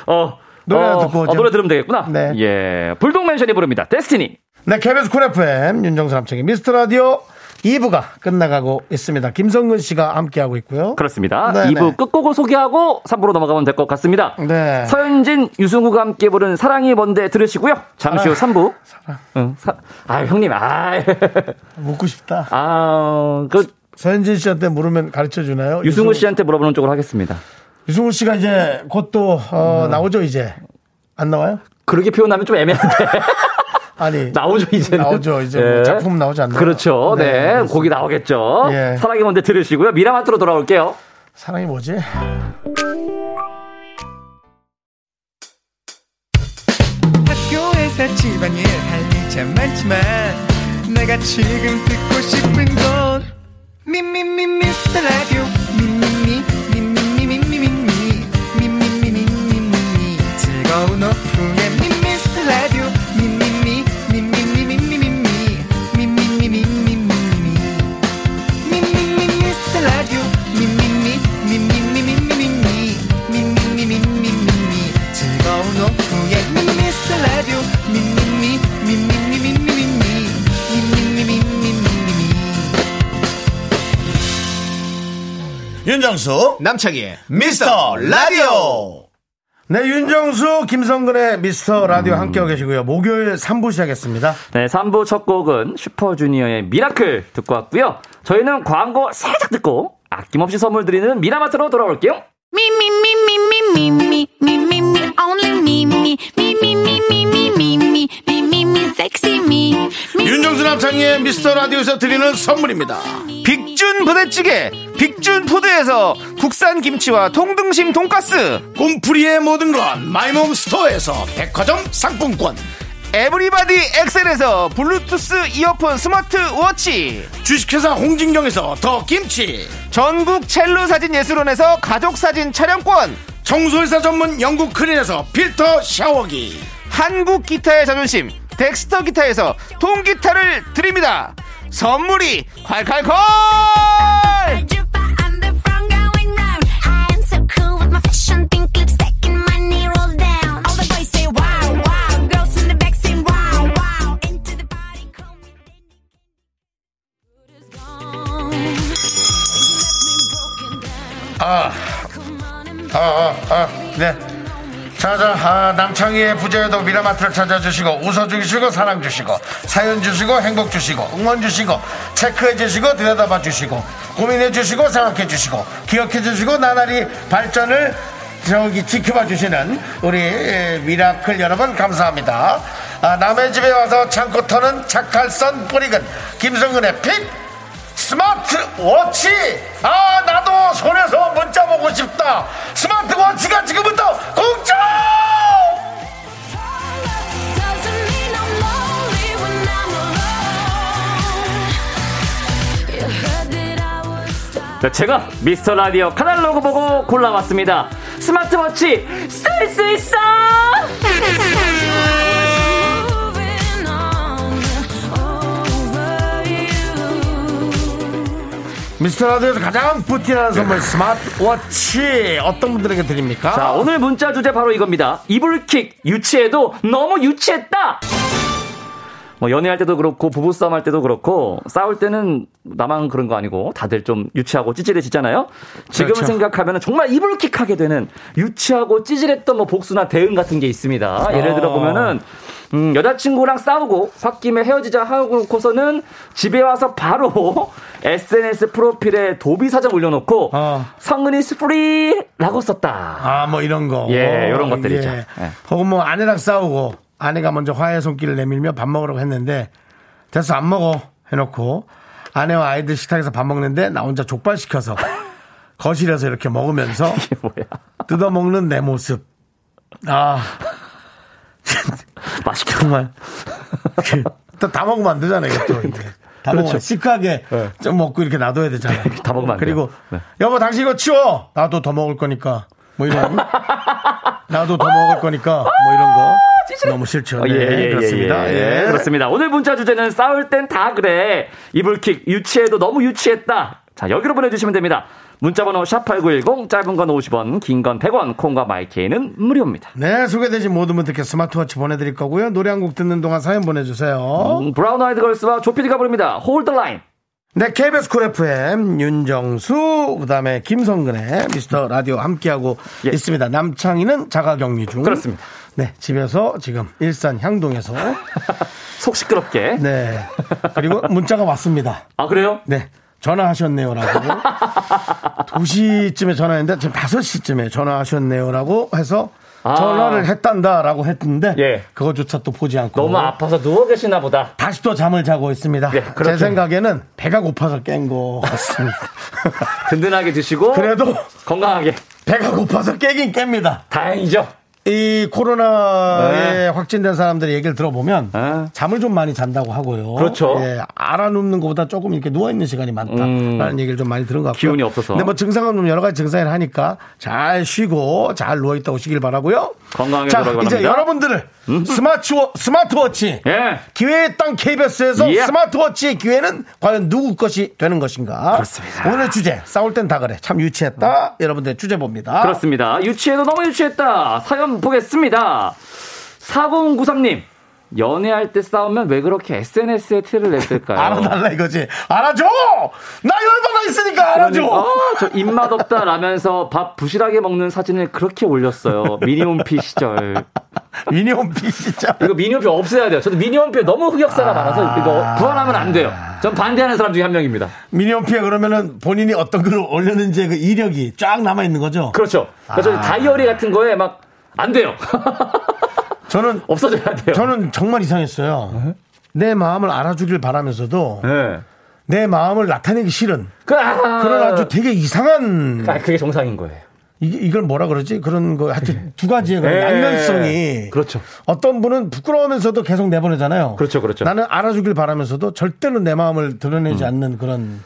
어. 노래 어, 듣고 어, 오죠. 노래 들으면 되겠구나. 네. 예. 불독맨션이 부릅니다. 데스티니. 네, KBS 쿨 FM 윤정수 남창희 미스터 라디오 2부가 끝나가고 있습니다. 김성근 씨가 함께하고 있고요. 그렇습니다. 네, 2부 네. 끝곡을 소개하고 3부로 넘어가면 될 것 같습니다. 네. 서현진, 유승우가 함께 부른 사랑이 뭔데 들으시고요. 잠시 후 3부. 아, 사랑. 응, 사- 아, 형님, 아, 묻고 싶다. 아, 어, 그, 서현진 씨한테 물으면 가르쳐 주나요? 유승우 씨한테 물어보는 쪽으로 하겠습니다. 유승우 씨가 이제 곧 또 어, 음. 나오죠, 이제. 안 나와요? 그렇게 표현하면 좀 애매한데. 아니. 나오죠, 이제는. 예. 나오죠, 이제 뭐 작품 나오지 않나요? 그렇죠. 네, 네. 알겠습니다. 곡이 나오겠죠. 예. 사랑이 뭔데 들으시고요. 미라마트로 돌아올게요. 사랑이 뭐지? 학교에서 집안일 할 일 참 많지만 내가 지금 듣고 싶은 건 미미미 미스터 라디오 미미미 미미미 미미미 미미미 미미미 즐거운 오후에 미스터 라디오 미미미 미미미 미미미 미미미 미미미 윤정수 남창희의 미스터 라디오 네, 윤정수, 김성근의 미스터 라디오 음. 함께하고 계시고요. 목요일 3부 시작했습니다. 네, 3부 첫 곡은 슈퍼주니어의 미라클 듣고 왔고요. 저희는 광고 살짝 듣고 아낌없이 선물 드리는 미라마트로 돌아올게요. Me, me, me, me, me, me, me, me, me, me, only me, me, me, me, me, me, me, me, me, me, me, me, sexy me. Me, 윤정수 남창희의 미스터 라디오에서 드리는 선물입니다. 빅준 부대찌개 빅준 푸드에서 국산 김치와 통등심 돈가스 꿈풀이의 모든 건 마이몽 스토어에서 백화점 상품권. 에브리바디 엑셀에서 블루투스 이어폰 스마트 워치 주식회사 홍진경에서 더 김치. 전국 첼로 사진 예술원에서 가족 사진 촬영권 청소회사 전문 영국 크린에서 필터 샤워기. 한국 기타의 자존심 덱스터 기타에서 통기타를 드립니다 선물이 콸콸콸 Juba, I'm the front going round. I am so cool with my fashion, pink lipstick and my knee rolls down. All the boys say wow, wow. Girls in the back say wow, wow. Into the party, call me. Good is gone. 아, 아, 아, 네. 자자, 아, 남창희의 부재에도 미라마트를 찾아주시고, 웃어주시고, 사랑주시고, 사연 주시고, 행복 주시고, 응원 주시고, 체크해주시고, 들여다봐 주시고, 고민해주시고, 생각해주시고, 기억해주시고, 나날이 발전을 저기 지켜봐 주시는 우리 에, 미라클 여러분 감사합니다. 아, 남의 집에 와서 창고 터는 착할선 뿌리근 김성근의 핏 스마트 워치! 아, 나도 손에서 문자 보고 싶다! 스마트 워치가 지금부터 공짜! Doesn't mean I'm lonely when I'm alone. You heard that I was stuck. 자, 제가 미스터 라디오 카탈로그 보고 골라왔습니다. 스마트워치 쓸 수 있어! Moving on over you. 미스터 라디오에서 가장 뿌티나는 선물, 스마트 워치! 어떤 분들에게 드립니까? 자, 오늘 문자 주제 바로 이겁니다. 이불킥 유치해도 너무 유치했다! 뭐 연애할 때도 그렇고 부부싸움 할 때도 그렇고 싸울 때는 나만 그런 거 아니고 다들 좀 유치하고 찌질해지잖아요. 지금 그렇죠. 생각하면 정말 이불킥하게 되는 유치하고 찌질했던 뭐 복수나 대응 같은 게 있습니다. 예를 아. 들어 보면은 음, 여자친구랑 싸우고 홧김에 헤어지자 하고서는 집에 와서 바로 SNS 프로필에 도비 사진 올려놓고 어. 성은이 스프리라고 썼다. 아, 뭐 이런 거. 예, 요런 것들이죠. 예. 혹은 뭐 아내랑 싸우고, 아내가 먼저 화해 손길을 내밀며 밥 먹으라고 했는데 됐어 안 먹어 해놓고 아내와 아이들 식탁에서 밥 먹는데 나 혼자 족발 시켜서 거실에서 이렇게 먹으면서 이게 뭐야? 뜯어먹는 내 모습 아 맛있게 정말 그, 또다 네. 먹으면 안 되잖아요 이것도 네. 이제. 다 먹으면 그렇죠. 시크하게 좀 먹고 이렇게 놔둬야 되잖아요 다 먹으면 안 돼요. 그리고 네. 여보 당신 이거 치워 나도 더 먹을 거니까 뭐 이런 나도 더 먹을 거니까 뭐 이런 아, 거 너무 싫죠 어, 네, 그렇습니다 예, 예. 그렇습니다. 오늘 문자 주제는 싸울 땐 다 그래. 이불킥 유치해도 너무 유치했다. 자, 여기로 보내주시면 됩니다. 문자번호 샵8910, 짧은 건 50원, 긴 건 100원, 콩과 마이케이는 무료입니다. 네, 소개되신 모든 분들께 스마트워치 보내드릴 거고요. 노래 한 곡 듣는 동안 사연 보내주세요. 음, 브라운 아이드 걸스와 조피디가 부릅니다. 홀드 라인. 네, KBS 쿨 FM 윤정수, 그 다음에 김성근의 미스터 라디오 함께하고 예. 있습니다. 남창희는 자가격리 중. 그렇습니다. 네, 집에서 지금 일산 향동에서. 속 시끄럽게. 네. 그리고 문자가 왔습니다. 아, 그래요? 네. 전화하셨네요라고. 2시쯤에 전화했는데 지금 5시쯤에 전화하셨네요라고 해서 아. 전화를 했단다라고 했는데 예. 그거조차 또 보지 않고 너무 아파서 누워 계시나 보다. 다시 또 잠을 자고 있습니다. 네, 그렇죠. 제 생각에는 배가 고파서 깬 것 같습니다. 든든하게 드시고. 그래도 건강하게. 배가 고파서 깨긴 깹니다. 다행이죠. 이 코로나에 네. 확진된 사람들의 얘기를 들어보면 네. 잠을 좀 많이 잔다고 하고요. 그렇죠. 예, 알아눕는 것보다 조금 이렇게 누워있는 시간이 많다라는 음. 얘기를 좀 많이 들은 것 같고요. 기운이 없어서. 근데 뭐 증상은 좀 여러 가지 증상이라 하니까 잘 쉬고 잘 누워있다 오시길 바라고요. 건강하게 자, 돌아가랍니다. 이제 여러분들을 스마트워, 스마트워치 예. 기회의 땅 KBS에서 예. 스마트워치의 기회는 과연 누구 것이 되는 것인가? 그렇습니다. 오늘 주제 싸울 땐 다 그래. 참 유치했다. 여러분들 주제 봅니다. 그렇습니다. 유치해도 너무 유치했다. 사연 보겠습니다. 4093님. 연애할 때 싸우면 왜 그렇게 SNS에 티를 냈을까요? 알아달라 이거지. 알아줘. 나 열받아 있으니까 알아줘. 아, 저 입맛 없다 라면서 밥 부실하게 먹는 사진을 그렇게 올렸어요. 미니홈피 시절. 미니홈피 진짜. 이거 미니홈피 없애야 돼요. 저도 미니홈피에 너무 흑역사가 많아서 이거 구원하면 안 돼요. 전 반대하는 사람 중에 한 명입니다. 미니홈피에 그러면은 본인이 어떤 글을 올렸는지 그 이력이 쫙 남아 있는 거죠. 그렇죠. 그래서 아. 다이어리 같은 거에 막, 안 돼요. 저는 없어져야 돼요. 저는 정말 이상했어요. 내 마음을 알아주길 바라면서도 네. 내 마음을 나타내기 싫은 그, 아, 그런 아주 되게 이상한 아, 그게 정상인 거예요. 이게 이걸 뭐라 그러지? 그런 거 하여튼 두 가지의 그런 예. 양면성이 그렇죠. 어떤 분은 부끄러우면서도 계속 내보내잖아요. 그렇죠, 그렇죠. 나는 알아주길 바라면서도 절대로 내 마음을 드러내지 않는 그런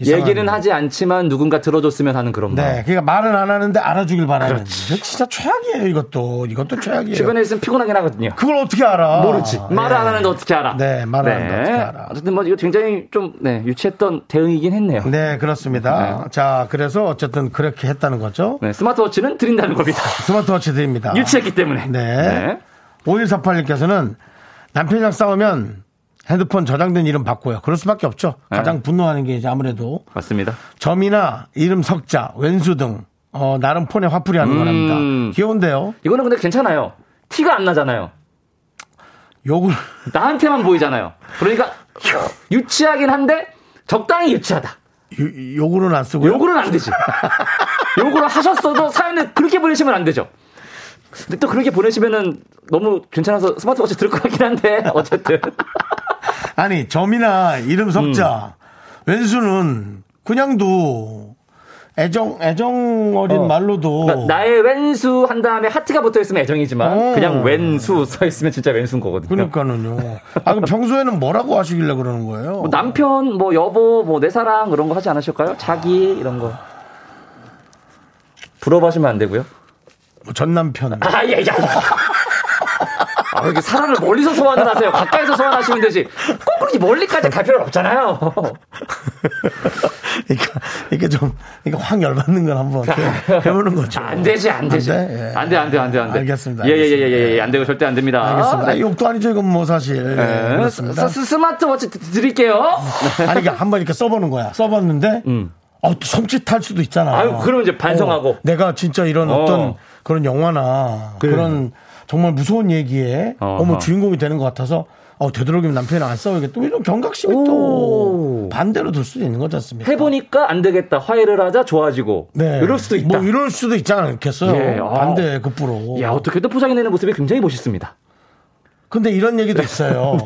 이상한- 얘기는 하지 않지만 누군가 들어줬으면 하는 그런 마음. 네, 그러니까 말은 안 하는데 알아주길 바라는. 이거 진짜 최악이에요, 이것도. 이것도 최악이에요. 주변에 있으면 피곤하긴 하거든요. 그걸 어떻게 알아? 예. 모르지. 말을 안 하는데 어떻게 알아? 네, 말을 안 하는데 어떻게 알아. 어쨌든 뭐 이거 굉장히 좀 네, 유치했던 대응이긴 했네요. 네. 네, 그렇습니다. 자, 그래서 어쨌든 그렇게 했다는 거죠. 네. 스마트워치는 드린다는 겁니다. 스마트워치 드립니다. 유치했기 때문에. 아. 네. 5148님께서는 남편이랑 싸우면 핸드폰 저장된 이름 바꿔요. 그럴 수밖에 없죠. 네. 가장 분노하는 게 이제 아무래도 맞습니다. 점이나 이름 석자, 왼수 등 어, 나름 폰에 화풀이 하는 음. 거랍니다. 귀여운데요. 이거는 근데 괜찮아요. 티가 안 나잖아요. 욕을 나한테만 보이잖아요. 그러니까 유치하긴 한데 적당히 유치하다. 유- 욕으로는 안 쓰고요. 요거는 안 되지. 요거를 하셨어도 사연을 그렇게 보내시면 안 되죠. 근데 또 그렇게 보내시면은 너무 괜찮아서 스마트워치 들을 것 같긴 한데 어쨌든 아니 점이나 이름 석자 음. 왼수는 그냥도 애정 애정 어린 말로도 그러니까 나의 왼수 한 다음에 하트가 붙어 있으면 애정이지만 어. 그냥 왼수 써 있으면 진짜 왼수인 거거든요. 그러니까는요. 아 그럼 평소에는 뭐라고 하시길래 그러는 거예요? 뭐 남편, 뭐 여보, 뭐 내 사랑 그런 거 하지 않으실까요? 자기 이런 거 부러워하시면 안 되고요. 뭐전 남편. 아, 예, 야. 아, 왜 이렇게 사람을 멀리서 소환을 하세요? 가까이서 소환하시면 되지. 꼭 그렇게 멀리까지 갈 필요는 없잖아요. 그러니까 이게 좀 이게 확 열받는 걸 한번 이렇게 해보는 거죠. 안 되지, 안 되지. 안 돼? 예. 안 돼, 안 돼, 안 돼, 안 돼. 알겠습니다, 예, 예, 예, 알겠습니다. 예, 예, 예. 안 되고 절대 안 됩니다. 알겠습니다. 아, 욕도 아니죠 이건 뭐 사실. 예, 네. 그렇습니다. 스- 스- 스마트워치 드- 드릴게요. 아니 그러니까 한번 이렇게 써보는 거야. 써봤는데 어, 또 섬찟할 수도 있잖아. 음. 아유, 그러면 이제 반성하고. 어, 내가 진짜 이런 어. 네. 어. 떤 그런 영화나 그런 정말 무서운 얘기에 어허. 어머 주인공이 되는 것 같아서 어 되도록이면 남편이랑 안 싸우겠다. 이런 경각심이 오. 또 반대로 들 수도 있는 거지 않습니까? 해보니까 안 되겠다. 화해를 하자. 좋아지고. 이럴 수도 있다. 뭐 이럴 수도 있지 않겠어요? 예, 아. 반대 급부로. 야, 어떻게든 포장해내는 모습이 굉장히 멋있습니다. 근데 이런 얘기도 있어요.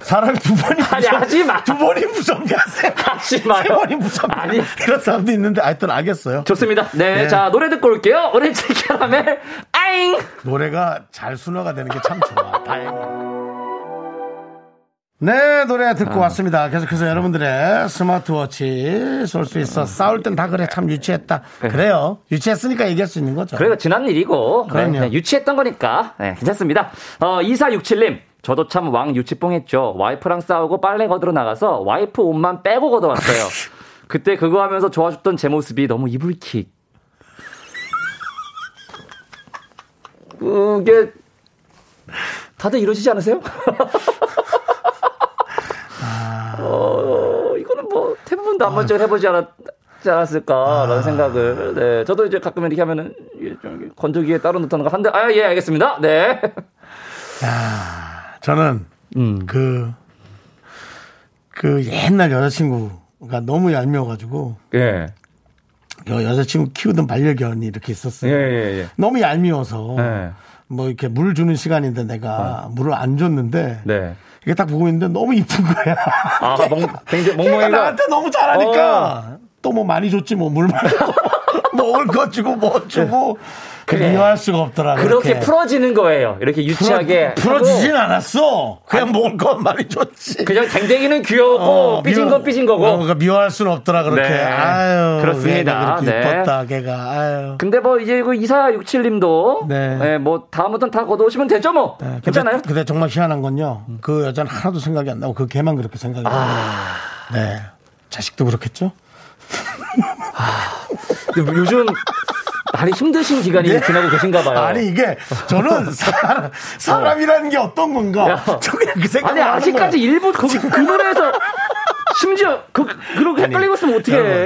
사람이 두 번이 네. 아니, 하지 마. 두 번이 무섭냐? 세, 하지 마요. 세 번이 무섭냐? 아니. 그런 사람도 있는데 하여튼 알겠어요. 좋습니다. 네, 네. 자 노래 듣고 올게요. 오렌지 캐러멜 아잉. 노래가 잘 순화가 되는 게 참 좋아. 다행이야. 네, 노래 듣고 아. 왔습니다. 계속해서 여러분들의 스마트워치 쏠 수 있어. 싸울 땐 다 그래. 참 유치했다. 그래요. 유치했으니까 얘기할 수 있는 거죠. 네. 그래도 지난 일이고 네, 그럼요. 그냥 유치했던 거니까 네, 괜찮습니다. 어, 2467님 저도 참 왕 유치뽕했죠. 와이프랑 싸우고 빨래 걷으러 나가서 와이프 옷만 빼고 걷어왔어요. 그때 그거 하면서 좋아졌던 제 모습이 너무 이불킥. 그게 다들 이러시지 않으세요? 어, 이거는 뭐 대부분 다한 번쯤 해보지 않았. 지 아. 않았을까라는 생각을 네 저도 이제 가끔 이렇게 하면은 이게 좀 이렇게 건조기에 따로 넣다는 거 한데 아 예 알겠습니다 네 저는 음. 그, 그 옛날 여자친구가 너무 얄미워가지고 예. 여, 여자친구 키우던 반려견이 이렇게 있었어요. 예, 너무 얄미워서 네. 뭐 이렇게 물 주는 시간인데 내가 물을 안 줬는데 어. 네. 이게 딱 보고 있는데 너무 이쁜 거야. 아, 멍, 굉장히 네. 걔가 멍멍이가. 어. 나한테 너무 잘하니까 또 뭐 많이 줬지 뭐 물 말고 먹을 거 주고 뭐 주고 그래. 미워할 수가 없더라고. 그렇게 아, 이렇게. 풀어지는 거예요. 이렇게 유치하게. 풀어, 하고 풀어지진 않았어. 그냥 먹을 건 많이 줬지. 그냥 댕댕이는 귀여웠고, 어, 삐진 미워- 건 삐진 거고. 어, 그러니까 미워할 수는 없더라 그렇게. 네. 아유. 그렇습니다. 왜 그렇게 네. 이뻤다 걔가. 아유. 근데 뭐, 이제 이거 2467님도. 네. 뭐, 다음부터는 다 걷어오시면 되죠, 뭐. 네, 근데- 괜찮아요? 근데 정말 희한한 건요. 그 여자는 하나도 생각이 안 나고 그 걔만 그렇게 생각이 나요. 아. 네. 자식도 그렇겠죠? 근데 뭐 요즘 많이 힘드신 기간이 지나고 계신가 봐요. 네. 아니 이게 저는 사람, 사람이라는 게 어떤 건가? 야. 저 그냥 그 생각. 아니, 아직까지 일부 그, 그 노래에서 심지어 그, 그렇게 헷갈리고 있으면 네,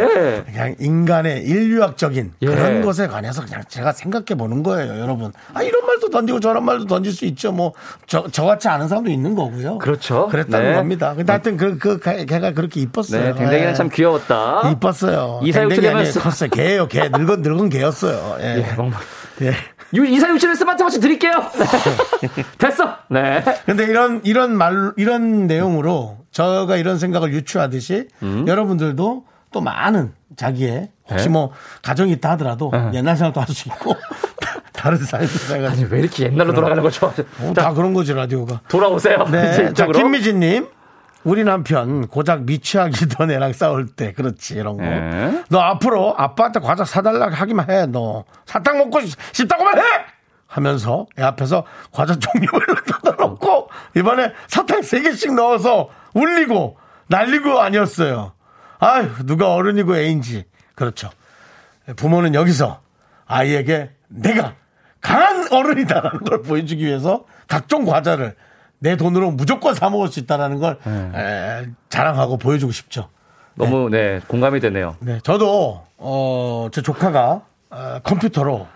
어떻게 그냥 인간의 인류학적인 예. 그런 것에 관해서 그냥 제가 생각해 보는 거예요, 여러분. 아 이런 말도 던지고 저런 말도 던질 수 있죠. 뭐저 저같이 아는 사람도 있는 거고요. 그렇죠. 그랬다는 네. 겁니다. 근데 하여튼 그, 그 가- 걔가 그렇게 네, 이뻤어요. 댕댕이는 예. 참 귀여웠다. 이뻤어요. 이사육 댕댕이 아니에요. 출연했어. 컸어요. 개예요, 개. 늙은 늙은 개였어요. 예. 예. 네, 유- 이사육실에 스마트워치 드릴게요. 됐어. 네. 근데 이런 이런 말 이런 내용으로 저가 이런 생각을 유추하듯이 여러분들도 또 많은 자기의 혹시 음. 네. 뭐 가정이 있다 하더라도 옛날 생각도 할 수 있고 다른 사이도 생각. 아니 왜 이렇게 옛날로 돌아가는 거죠? 어, 자 다 그런 거지 라디오가. 돌아오세요. 이제 네. 자 이쪽으로. 김미진님. 우리 남편 고작 미취학이던 애랑 싸울 때 그렇지 이런 거. 네. 너 앞으로 아빠한테 과자 사달라 하기만 해. 너 사탕 먹고 싶- 싶다고만 해. 하면서 애 앞에서 과자 종류별로 뜯어놓고 이번에 사탕 세 개씩 넣어서 울리고 날리고 아니었어요. 아유 누가 어른이고 애인지 그렇죠. 부모는 여기서 아이에게 내가 강한 어른이다라는 걸 보여주기 위해서 각종 과자를 내 돈으로 무조건 사 먹을 수 있다라는 걸 네. 에, 자랑하고 보여주고 싶죠. 너무 네 공감이 되네요. 네, 저도 어, 제 조카가 어, 컴퓨터로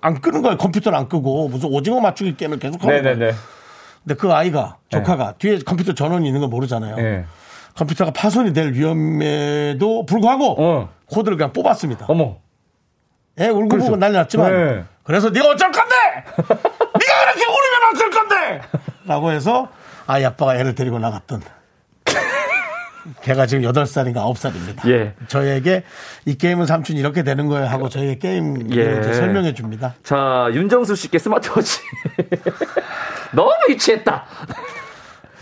안 끄는 거예요. 컴퓨터를 안 끄고 무슨 오징어 맞추기 게임을 계속 하는 거예요. 근데 그 아이가 조카가 뒤에 컴퓨터 전원이 있는 걸 모르잖아요. 네. 컴퓨터가 파손이 될 위험에도 불구하고 어. 코드를 그냥 뽑았습니다. 어머. 애 예, 울고 보고 난리 났지만 네. 그래서 그렇죠. 네가 어쩔 건데 네가 그렇게 울으면 어쩔 건데 라고 해서 아이 아빠가 애를 데리고 나갔던 걔가 지금 8살인가 9살입니다 예. 저에게 이 게임은 삼촌 이렇게 되는 거예요 하고 저에게 게임 예. 을 설명해 줍니다 자 윤정수 씨께 스마트워치. 너무 유치했다.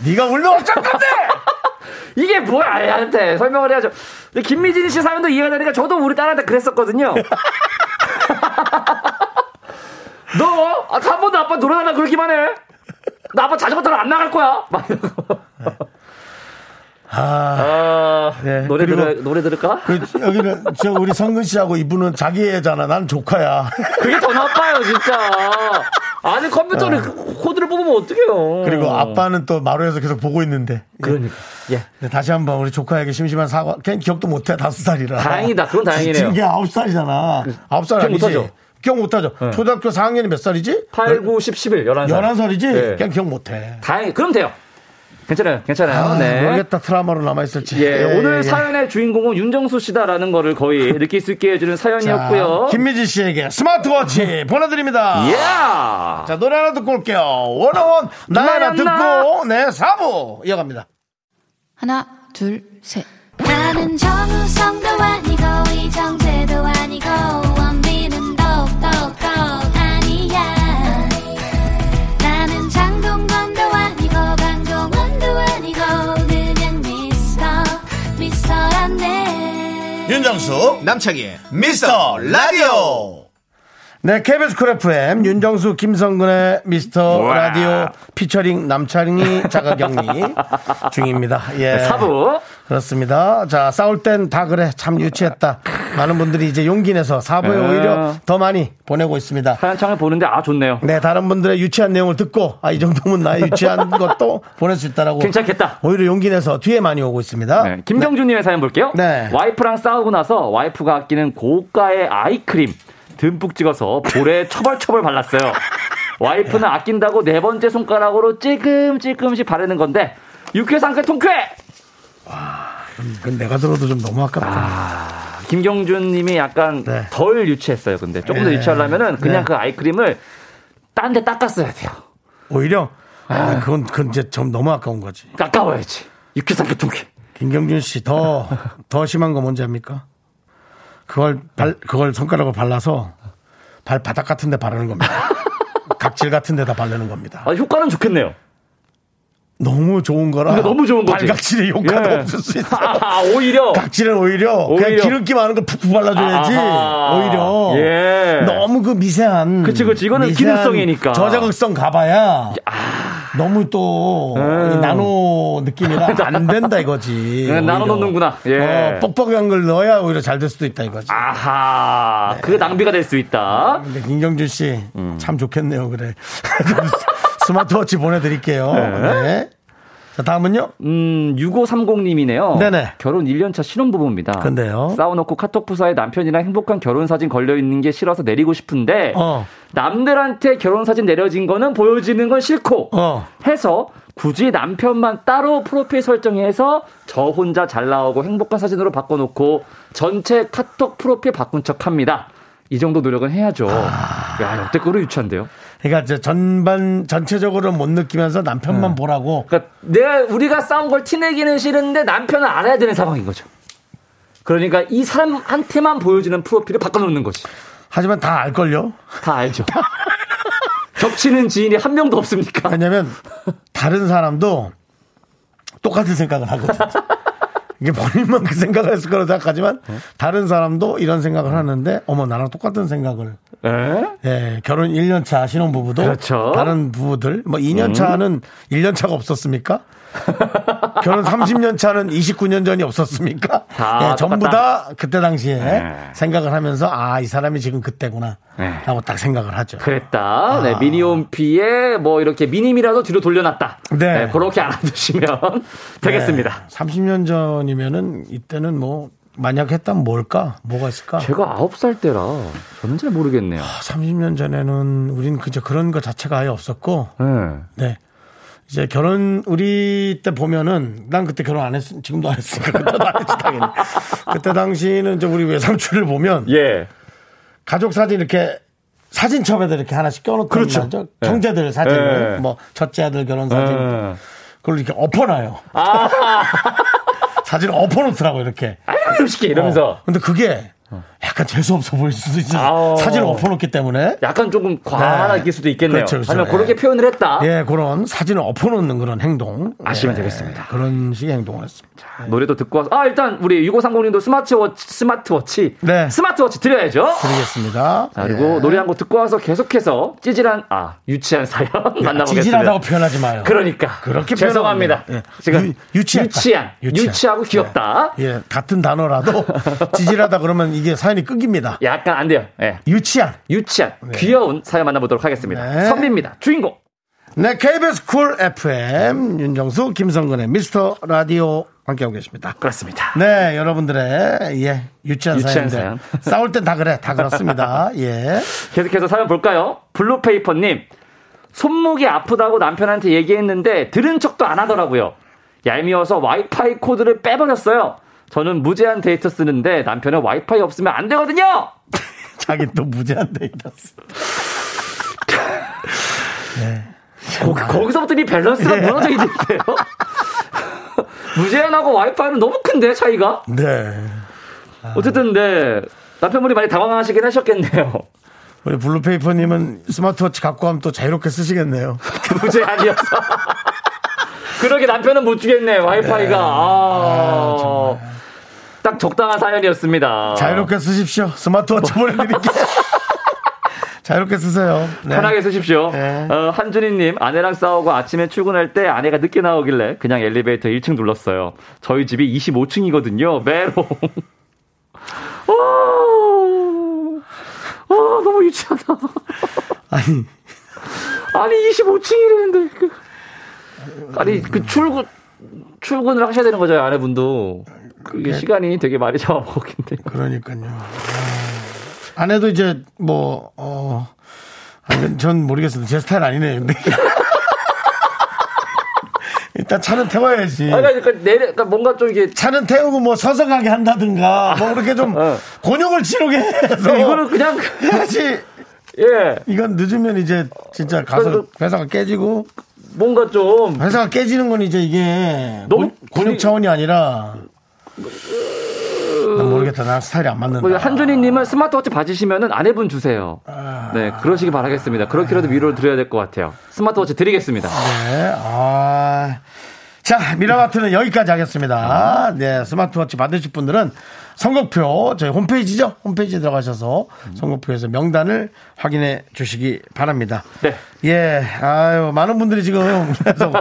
네가 울면 어쩔 건데 이게 뭐야 애한테 설명을 해야죠. 근데 김미진 씨 사연도 이해가 되니까 저도 우리 딸한테 그랬었거든요. 너 아, 한 번도 아빠 놀아달라 그러기만 해. 나 아빠 자전거 타러 안 나갈 거야. 막 이러고. 아, 아, 네, 노래 그리고- 들 노래 들을까? 그 여기는 저 우리 성근 씨하고 이분은 자기 애잖아 난 조카야 그게 더 나빠요, 진짜. 아니, 컴퓨터를 그 코드를 뽑으면 어떡해요. 그리고 아빠는 또 마루에서 계속 보고 있는데 예. 그러니까. 예. 네, 다시 한번 우리 조카에게 심심한 사과. 걔는 기억도 못해 다섯 살이라. 다행이다. 그건 다행이네요. 지금 걔 아홉 살이잖아. 그 아홉 살 기억 아니지. 못하죠? 기억 못하죠. 초등학교 4학년이 몇 살이지? 8, 9, 10, 11, 11살. 11살이지? 예. 그냥 기억 못해. 다행, 그럼 돼요. 괜찮아요, 괜찮아요. 아, 네. 모르겠다 트라우마로 남아있을지. 예, 오늘 예. 사연의 주인공은 윤정수 씨다라는 거를 거의 느낄 수 있게 해주는 자, 사연이었고요. 음. 김미지 씨에게 스마트워치 보내드립니다. 예! 자, 노래 하나 듣고 올게요. 원어원, 나야나 나야나. 듣고, 네, 4부 이어갑니다. 하나, 둘, 셋. 나는 정우성도 아니고 이정재도 아니고 원빈은 더욱더 아니야 나는 장동건도 아니고 강동원도 아니고 그냥 미스터 미스터란데 윤정수 남창희의 미스터 라디오 네, KBS 쿨 FM, 윤정수, 김성근의 미스터 우와. 라디오, 피처링 남창희, 자가격리 중입니다. 예. 사부. 그렇습니다. 자, 싸울 땐 다 그래. 참 유치했다. 많은 분들이 이제 용기 내서 사부에 예. 오히려 더 많이 보내고 있습니다. 사연창을 보는데, 아, 좋네요. 네, 다른 분들의 유치한 내용을 듣고, 아, 이 정도면 나의 유치한 것도 보낼 수 있다라고. 괜찮겠다. 오히려 용기 내서 뒤에 많이 오고 있습니다. 네, 김경준님의 사연 볼게요. 네. 와이프랑 싸우고 나서 와이프가 아끼는 고가의 아이크림 듬뿍 찍어서 볼에 처벌처벌 발랐어요. 와이프는 아낀다고 네 번째 손가락으로 찔끔찔끔씩 바르는 건데 육회 상쾌 통쾌. 그건 내가 들어도 좀 너무 아깝다. 김경준님이 약간 네. 덜 유치했어요. 근데 조금 더 예. 유치하려면은 그냥 네. 그 아이크림을 딴 데 닦았어야 돼요. 오히려, 아, 그건, 그건 이제 좀 너무 아까운 거지. 깎아와야지. 육회 상쾌 통쾌. 김경준 씨, 더, 더 심한 거 뭔지 압니까? 그걸 발, 그걸 손가락으로 발라서 발바닥 같은 데 바르는 겁니다. 각질 같은 데다 바르는 겁니다. 아, 효과는 좋겠네요. 너무 좋은 거라. 근데 아, 너무 좋은 거지. 발각질에 효과도 예. 없을 수 있어. 아, 오히려 각질은 오히려, 그냥 오히려. 기름기 많은 걸 푹푹 발라줘야지. 아하. 오히려. 예. 너무 그 미세한. 그치, 그치. 이거는 미세한 기능성이니까. 아. 저자극성 가봐야. 너무 또 음. 이 나노 느낌이라 안 된다 이거지. 그냥 네, 나눠 오히려. 넣는구나. 예. 아. 어, 뻑뻑한 걸 넣어야 오히려 잘 될 수도 있다 이거지. 아하, 네. 그게 낭비가 될 수 있다. 근데 김경준 씨 참 음. 좋겠네요. 그래. 스마트워치 보내드릴게요. 네. 자 다음은요. 음, 6530님이네요. 네네. 결혼 1년차 신혼부부입니다. 근데요? 싸워놓고 카톡 부사에 남편이랑 행복한 결혼사진 걸려있는 게 싫어서 내리고 싶은데, 어. 남들한테 결혼사진 내려진 거는 보여지는 건 싫고, 어. 해서 굳이 남편만 따로 프로필 설정해서 저 혼자 잘 나오고 행복한 사진으로 바꿔놓고 전체 카톡 프로필 바꾼 척 합니다. 이 정도 노력은 해야죠. 야, 역대급으로 유치한데요? 그러니까 이제 전반 전체적으로 못 느끼면서 남편만 보라고. 그러니까 내가 우리가 싸운 걸 티내기는 싫은데 남편은 알아야 되는 상황인 거죠. 그러니까 이 사람한테만 보여주는 프로필을 바꿔놓는 거지. 하지만 다 알 걸요. 다 알죠. 겹치는 지인이 한 명도 없습니까? 왜냐면 다른 사람도 똑같은 생각을 하거든. 이게 본인만 그 생각을 했을 거라고 생각하지만 네. 다른 사람도 이런 생각을 하는데 어머 나랑 똑같은 생각을 에? 예, 결혼 1년차 신혼부부도 네? 그렇죠. 음. 다른 부부들 뭐 2년차는 1년차가 없었습니까? 결혼 30년차는 29년 전이 없었습니까? 다 예, 전부 똑같다. 다 그때 당시에 네. 생각을 하면서 아 이 사람이 지금 그때구나 네. 라고 딱 생각을 하죠. 그랬다. 아. 네, 미니홈피에 뭐 이렇게 미님이라도 뒤로 돌려놨다. 네. 네, 그렇게 알아두시면 되겠습니다. 30년 전이면은 이때는 뭐 만약 했다면 뭘까? 뭐가 있을까? 제가 9살 때라 저는 잘 모르겠네요. 아, 30년 전에는 우린 그저 그런 거 자체가 아예 없었고 네. 네. 이제 결혼 우리 때 보면은 난 그때 결혼 안 했, 지금도 안 했으니까 그때도 안 했지 당연히. 그때 당시는 이제 우리 외삼촌을 보면 예. 가족 사진 이렇게 사진첩에다 이렇게 하나씩 껴놓던 그렇죠. 형제들 사진을 예. 뭐 첫째 아들 결혼 사진 예. 아. 그걸 이렇게 엎어놔요. 사진을 엎어놓더라고 이렇게. 아이고, 쉽게 이러면서. 어. 근데 그게 약간 재수 없어 보일 수도 있어. 아오. 사진을 엎어놓기 때문에. 약간 조금 과하게 네. 수도 있겠네요. 그렇죠, 그렇죠. 아니면 예. 그렇게 표현을 했다. 예, 그런 사진을 엎어놓는 그런 행동. 아시면 예, 되겠습니다. 그런 식의 행동을 했습니다. 노래도 듣고 와서 아 일단 우리 6530님도 스마트워치 스마트워치 네. 스마트워치 드려야죠. 드리겠습니다. 예. 자, 그리고 노래 한 곡 듣고 와서 계속해서 찌질한 아 유치한 사연 만나보겠습니다. 지질하다고 표현하지 마요. 그러니까 그렇게 죄송합니다. 표현하면 안 돼요. 예. 지금 유- 유치한 유치했다. 유치한. 유치하고 귀엽다. 예, 같은 단어라도 지질하다 그러면 이게 사연이 끊깁니다. 약간 안 돼요. 예. 유치한. 유치한 귀여운 사연 만나보도록 하겠습니다. 네. 선비입니다. 주인공. 네, KBS 쿨 FM 윤정수 김성근의 미스터 라디오 함께하고 계십니다. 그렇습니다. 네, 여러분들의 예 유치한, 사연들 유치한 사연. 싸울 땐 다 그래, 다 그렇습니다. 예, 계속해서 사연 볼까요? 블루페이퍼님. 손목이 아프다고 남편한테 얘기했는데 들은 척도 안 하더라고요. 얄미워서 와이파이 코드를 빼버렸어요. 저는 무제한 데이터 쓰는데 남편은 와이파이 없으면 안 되거든요. 자기 또 무제한 데이터 쓰- 거, 거기서부터 이 밸런스가 무너져 있는데요. 무제한하고 와이파이는 너무 큰데 차이가. 네. 어쨌든 네 남편분이 많이 당황하시긴 하셨겠네요. 우리 블루페이퍼님은 스마트워치 갖고 가면 또 자유롭게 쓰시겠네요. 아. 무제한이어서. 그러게 남편은 못 주겠네 와이파이가. 아, 딱 적당한 사연이었습니다. 자유롭게 쓰십시오. 스마트워치 뭐. 보내드릴게요. 자유롭게 쓰세요. 네. 편하게 쓰십시오. 네. 어, 한준희님 아내랑 싸우고 아침에 출근할 때 아내가 늦게 나오길래 그냥 엘리베이터 1층 눌렀어요. 저희 집이 25층이거든요. 메롱. 오, 오, 어, 너무 유치하다. 아니, 아니 25층이라는데. 그, 음. 아니 그 출근 출근을 하셔야 되는 거죠 아내분도. 네. 그게 시간이 되게 많이 잡아먹긴데. 그러니까요. 아, 아내도 이제 뭐, 어, 아니, 전 모르겠어요. 제 스타일 아니네요. 근데. 일단 차는 태워야지. 아니 그러니까 내려 그러니까 뭔가 좀 이게 차는 태우고 뭐 서서가게 한다든가 뭐 그렇게 좀 어. 네, 곤욕을 치르게 해서 이거는 그냥 해야지 예 이건 늦으면 이제 진짜 가서 어, 그래도- 회사가 깨지고 뭔가 좀 회사가 깨지는 건 이제 이게 너무 그, 곤- 곤욕 차원이 아니라 난 모르겠다. 나 스타일이 안 맞는다. 뭐 한준희님은 스마트워치 받으시면은 아내분 주세요. 네, 그러시기 바라겠습니다. 그렇게라도 위로를 드려야 될 것 같아요. 스마트워치 드리겠습니다. 네. 아. 자, 미라마트는 여기까지 하겠습니다. 네, 스마트워치 받으실 분들은 선곡표, 저희 홈페이지죠? 홈페이지에 들어가셔서 선곡표에서 명단을 확인해 주시기 바랍니다. 네. 예, 아유, 많은 분들이 지금 그래서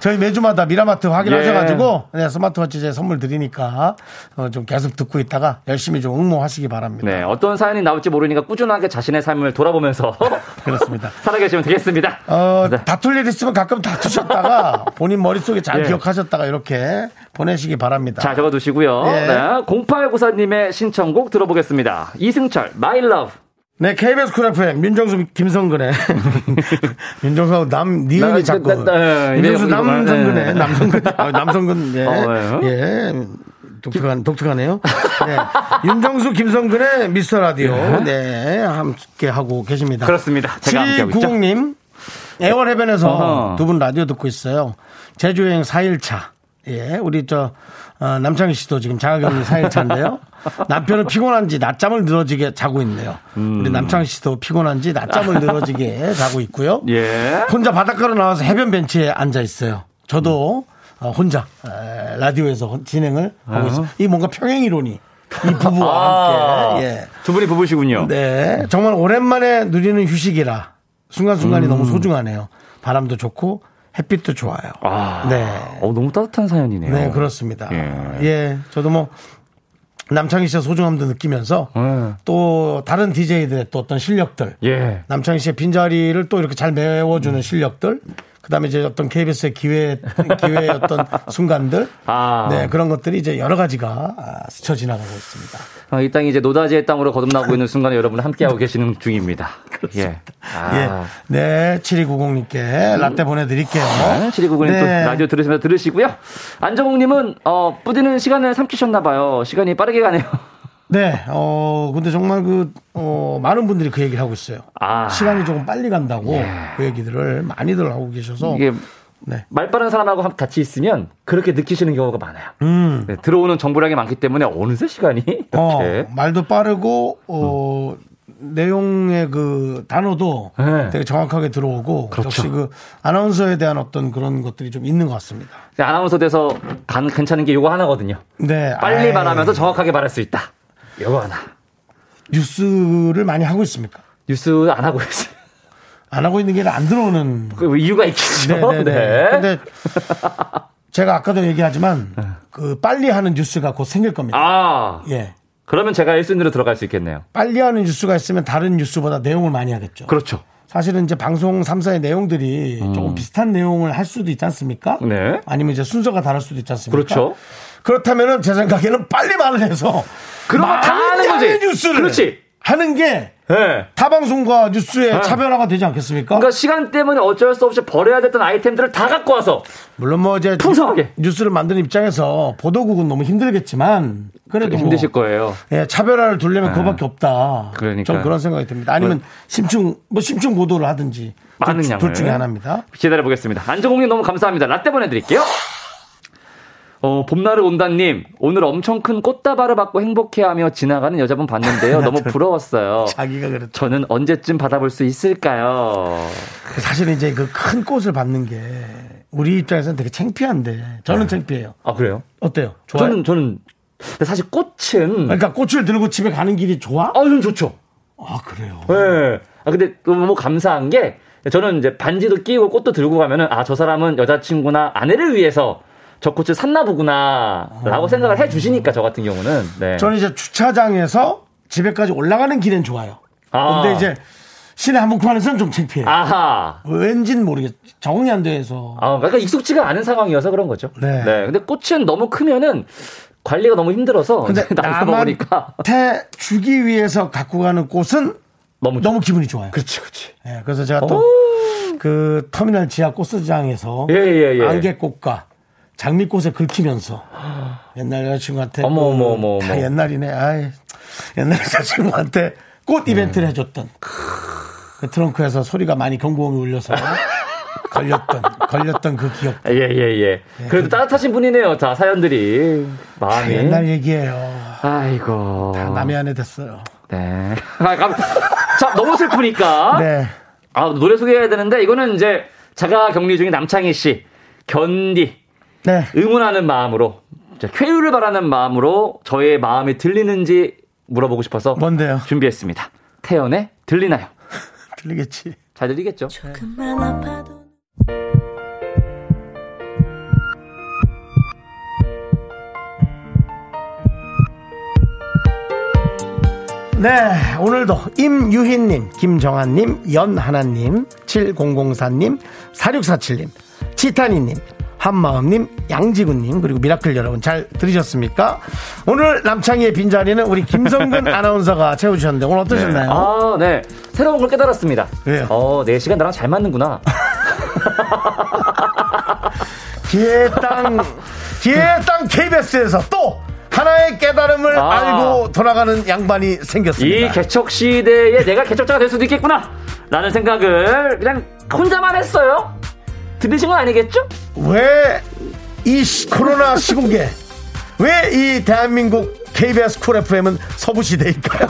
저희 매주마다 미라마트 확인하셔가지고 네, 스마트워치 제 선물 드리니까 어, 좀 계속 듣고 있다가 열심히 좀 응모하시기 바랍니다. 네, 어떤 사연이 나올지 모르니까 꾸준하게 자신의 삶을 돌아보면서 그렇습니다. 살아계시면 되겠습니다. 어, 네. 다툴 일 있으면 가끔 다투셨다가 본인 머릿속에 잘 예. 기억하셨다가 이렇게 보내시기 바랍니다. 자, 적어두시고요. 예. 네, 0894님의 신청곡 들어보겠습니다. 이승철, My Love. 네, KBS 쿨 FM, 윤정수, 김성근의. 윤정수하고 남, 나- 니은이 나- 자꾸. 나- 나- 윤정수 이래요, 남성근의, 네. 남성근, 아, 남성근, 예. 어, 예. 예. 독특한, 독특하네요. 네. 윤정수, 김성근의 미스터 라디오. 네. 함께 하고 계십니다. 예. 그렇습니다. 제가 함께하고 있죠. 7290님, 애월 해변에서 어허. 두 분 라디오 듣고 있어요. 제주여행 4일차. 예, 우리 저, 어, 남창희 씨도 지금 자가격리 4일차인데요. 남편은 피곤한지 낮잠을 늘어지게 자고 있네요. 우리 남창희 씨도 피곤한지 낮잠을 늘어지게 자고 있고요. 예. 혼자 바닷가로 나와서 해변 벤치에 앉아 있어요. 저도 어, 혼자 에, 라디오에서 혼- 진행을 하고 있어요. 이 뭔가 평행이론이 이 부부와 함께. 예. 두 분이 부부시군요. 네. 정말 오랜만에 누리는 휴식이라 순간순간이 음. 너무 소중하네요. 바람도 좋고 햇빛도 좋아요. 아, 네. 어, 너무 따뜻한 사연이네요. 네, 그렇습니다. 예. 예. 저도 뭐 남창희 씨의 소중함도 느끼면서 예. 또 다른 DJ들의 또 어떤 실력들 예. 음. 남창희 씨의 빈자리를 또 이렇게 잘 메워주는 실력들 그다음에 이제 어떤 KBS의 기회 기회의 어떤 순간들 아. 네 그런 것들이 이제 여러 가지가 아, 스쳐 지나가고 있습니다. 어, 이 땅이 이제 노다지의 땅으로 거듭나고 있는 순간에 여러분 함께하고 계시는 중입니다. 예. 아. 예. 네, 7290님께 라떼 보내드릴게요. 네, 7299님 또 네. 라디오 들으시면서 들으시고요. 안정욱님은 어, 뿌디는 시간을 삼키셨나봐요. 시간이 빠르게 가네요. 네, 어, 근데 정말 그, 어, 많은 분들이 그 얘기를 하고 있어요. 아. 예. 시간이 조금 빨리 간다고 그 얘기들을 많이들 하고 계셔서. 이게 네. 말 빠른 사람하고 함- 같이 있으면 그렇게 느끼시는 경우가 많아요. 네, 들어오는 정보량이 많기 때문에 어느새 시간이 이렇게 음. 음. 어, 말도 빠르고, 어, 내용의 그 단어도 네. 되게 정확하게 들어오고. 그렇죠. 역시 그 아나운서에 대한 어떤 그런 것들이 좀 있는 것 같습니다. 아나운서 돼서 간 괜찮은 게 요거 하나거든요. 네. 빨리 아이, 말하면서 정확하게 말할 수 있다. 요거 하나. 뉴스를 많이 하고 있습니까? 뉴스 안 하고 있어요. 안 하고 있는 게 안 들어오는 그 이유가 있겠죠. 네네네. 근데 제가 아까도 얘기하지만 그 빨리 하는 뉴스가 곧 생길 겁니다. 아 예. 그러면 제가 1순위로 들어갈 수 있겠네요. 빨리 하는 뉴스가 있으면 다른 뉴스보다 내용을 많이 하겠죠. 그렇죠. 음. 사실은 이제 방송 3사의 내용들이 조금 비슷한 내용을 할 수도 있지 않습니까? 네. 아니면 이제 순서가 다를 수도 있지 않습니까? 그렇죠. 그렇다면은 제 생각에는 빨리 말을 해서 그런 거다 많이 하는 거지. 하는 뉴스를 그렇지. 하는 게 네. 타방송과 뉴스의 차별화가 되지 않겠습니까? 그러니까 시간 때문에 어쩔 수 없이 버려야 됐던 아이템들을 다 갖고 와서 물론 뭐 이제 풍성하게. 뉴스를 만드는 입장에서 보도국은 너무 힘들겠지만 그래도 뭐 힘드실 거예요. 아, 예, 차별화를 두려면 그거밖에 없다. 그러니까요. 전 그런 생각이 듭니다. 아니면 심층 뭐 심층 보도를 하든지 많은 둘, 양을. 둘 중에 하나입니다. 기다려 보겠습니다. 안정홍님 너무 감사합니다. 라떼 보내드릴게요. 어, 봄날을 온다님, 오늘 엄청 큰 꽃다발을 받고 행복해하며 지나가는 여자분 봤는데요. 너무 부러웠어요. 자기가 그랬 저는 언제쯤 받아볼 수 있을까요? 사실 이제 그 큰 꽃을 받는 게 우리 입장에서는 되게 창피한데 저는 창피해요. 아 그래요? 어때요? 좋아요? 저는 저는 근데 사실 꽃은 아 그러니까 꽃을 들고 집에 가는 길이 좋아? 저는 좋죠. 아 그래요. 예. 아 근데 너무 감사한 게 저는 이제 반지도 끼고 꽃도 들고 가면은 아 저 사람은 여자친구나 아내를 위해서 저 꽃을 샀나 보구나라고 생각을 해주시니까 저 같은 경우는 네. 아. 저는 이제 주차장에서 집에까지 올라가는 길엔 좋아요. 아. 근데 이제 시내 한복판에서는 좀 창피해요. 아하. 왠진 모르겠. 적응이 안 돼서. 아 그러니까 익숙지가 않은 상황이어서 그런 거죠. 네. 근데 꽃은 너무 크면은 관리가 너무 힘들어서 근데 나눠 먹으니까 남한테 주기 위해서 갖고 가는 꽃은 너무 좋- 너무 기분이 좋아요. 그렇지 그렇지. 예, 그래서 제가 또 그 터미널 지하 꽃시장에서 예, 예, 예. 안개꽃과 장미꽃에 긁히면서 옛날 여자친구한테 어머, 그 어머, 어머, 다 어머. 옛날이네. 아이, 옛날 여자친구한테 꽃 음. 이벤트를 해줬던 그 트렁크에서 소리가 많이 경고음이 울려서 걸렸던 걸렸던 그 기억. 예예예. 그래도 따뜻하신 분이네요. 다 사연들이 다 마음이. 옛날 얘기예요. 아이고. 다 남의 안에 됐어요. 네. 아, 감... 자, 너무 슬프니까. 네. 아, 노래 소개해야 되는데, 이거는 이제 자가 격리 중인 남창희 씨, 견디, 네. 응원하는 마음으로, 이제 쾌유를 바라는 마음으로 저의 마음이 들리는지 물어보고 싶어서 뭔데요? 준비했습니다. 태연의 들리나요? 들리겠지. 잘 들리겠죠? 그렇죠. 네, 오늘도 임유희님, 김정한님, 연하나님, 7004님, 4647님, 치타니님, 한마음님, 양지구님, 그리고 미라클 여러분 잘 들으셨습니까? 오늘 남창희의 빈자리는 우리 김성근 아나운서가 채워주셨는데 오늘 어떠셨나요? 아, 네. 새로운 걸 깨달았습니다. 왜요? 어, 내 시간 나랑 잘 맞는구나. 네. 기회 땅, 기회 땅 KBS에서 또 하나의 깨달음을 그 아. 알고 돌아가는 양반이 이 생겼습니다. 개척 시대에 내가 개척자가 될 수도 있겠구나! 라는 생각을 그냥 혼자만 했어요? 들으신 건 아니겠죠? 왜 이 코로나 시국에 왜 이 대한민국 KBS 쿨 FM은 서부 시대일까요?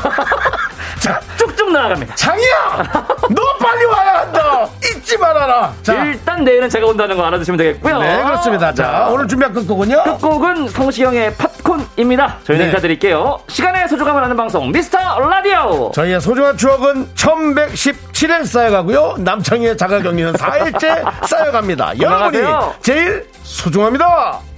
자, 쭉쭉 나아갑니다. 장이야, 너 빨리 와야 한다. 잊지 말아라. 자, 일단 내일은 제가 온다는 거 알아두시면 되겠고요. 네 그렇습니다. 자, 오늘 준비한 끝곡은요. 곡은 성시경의 팝콘입니다. 저희는 네. 인사드릴게요. 시간의 소중함을 아는 방송 미스터 라디오. 저희의 소중한 추억은 1117일 쌓여가고요. 남창희의 자가격리는 4일째 쌓여갑니다. 여러분이 건강하세요. 제일 소중합니다.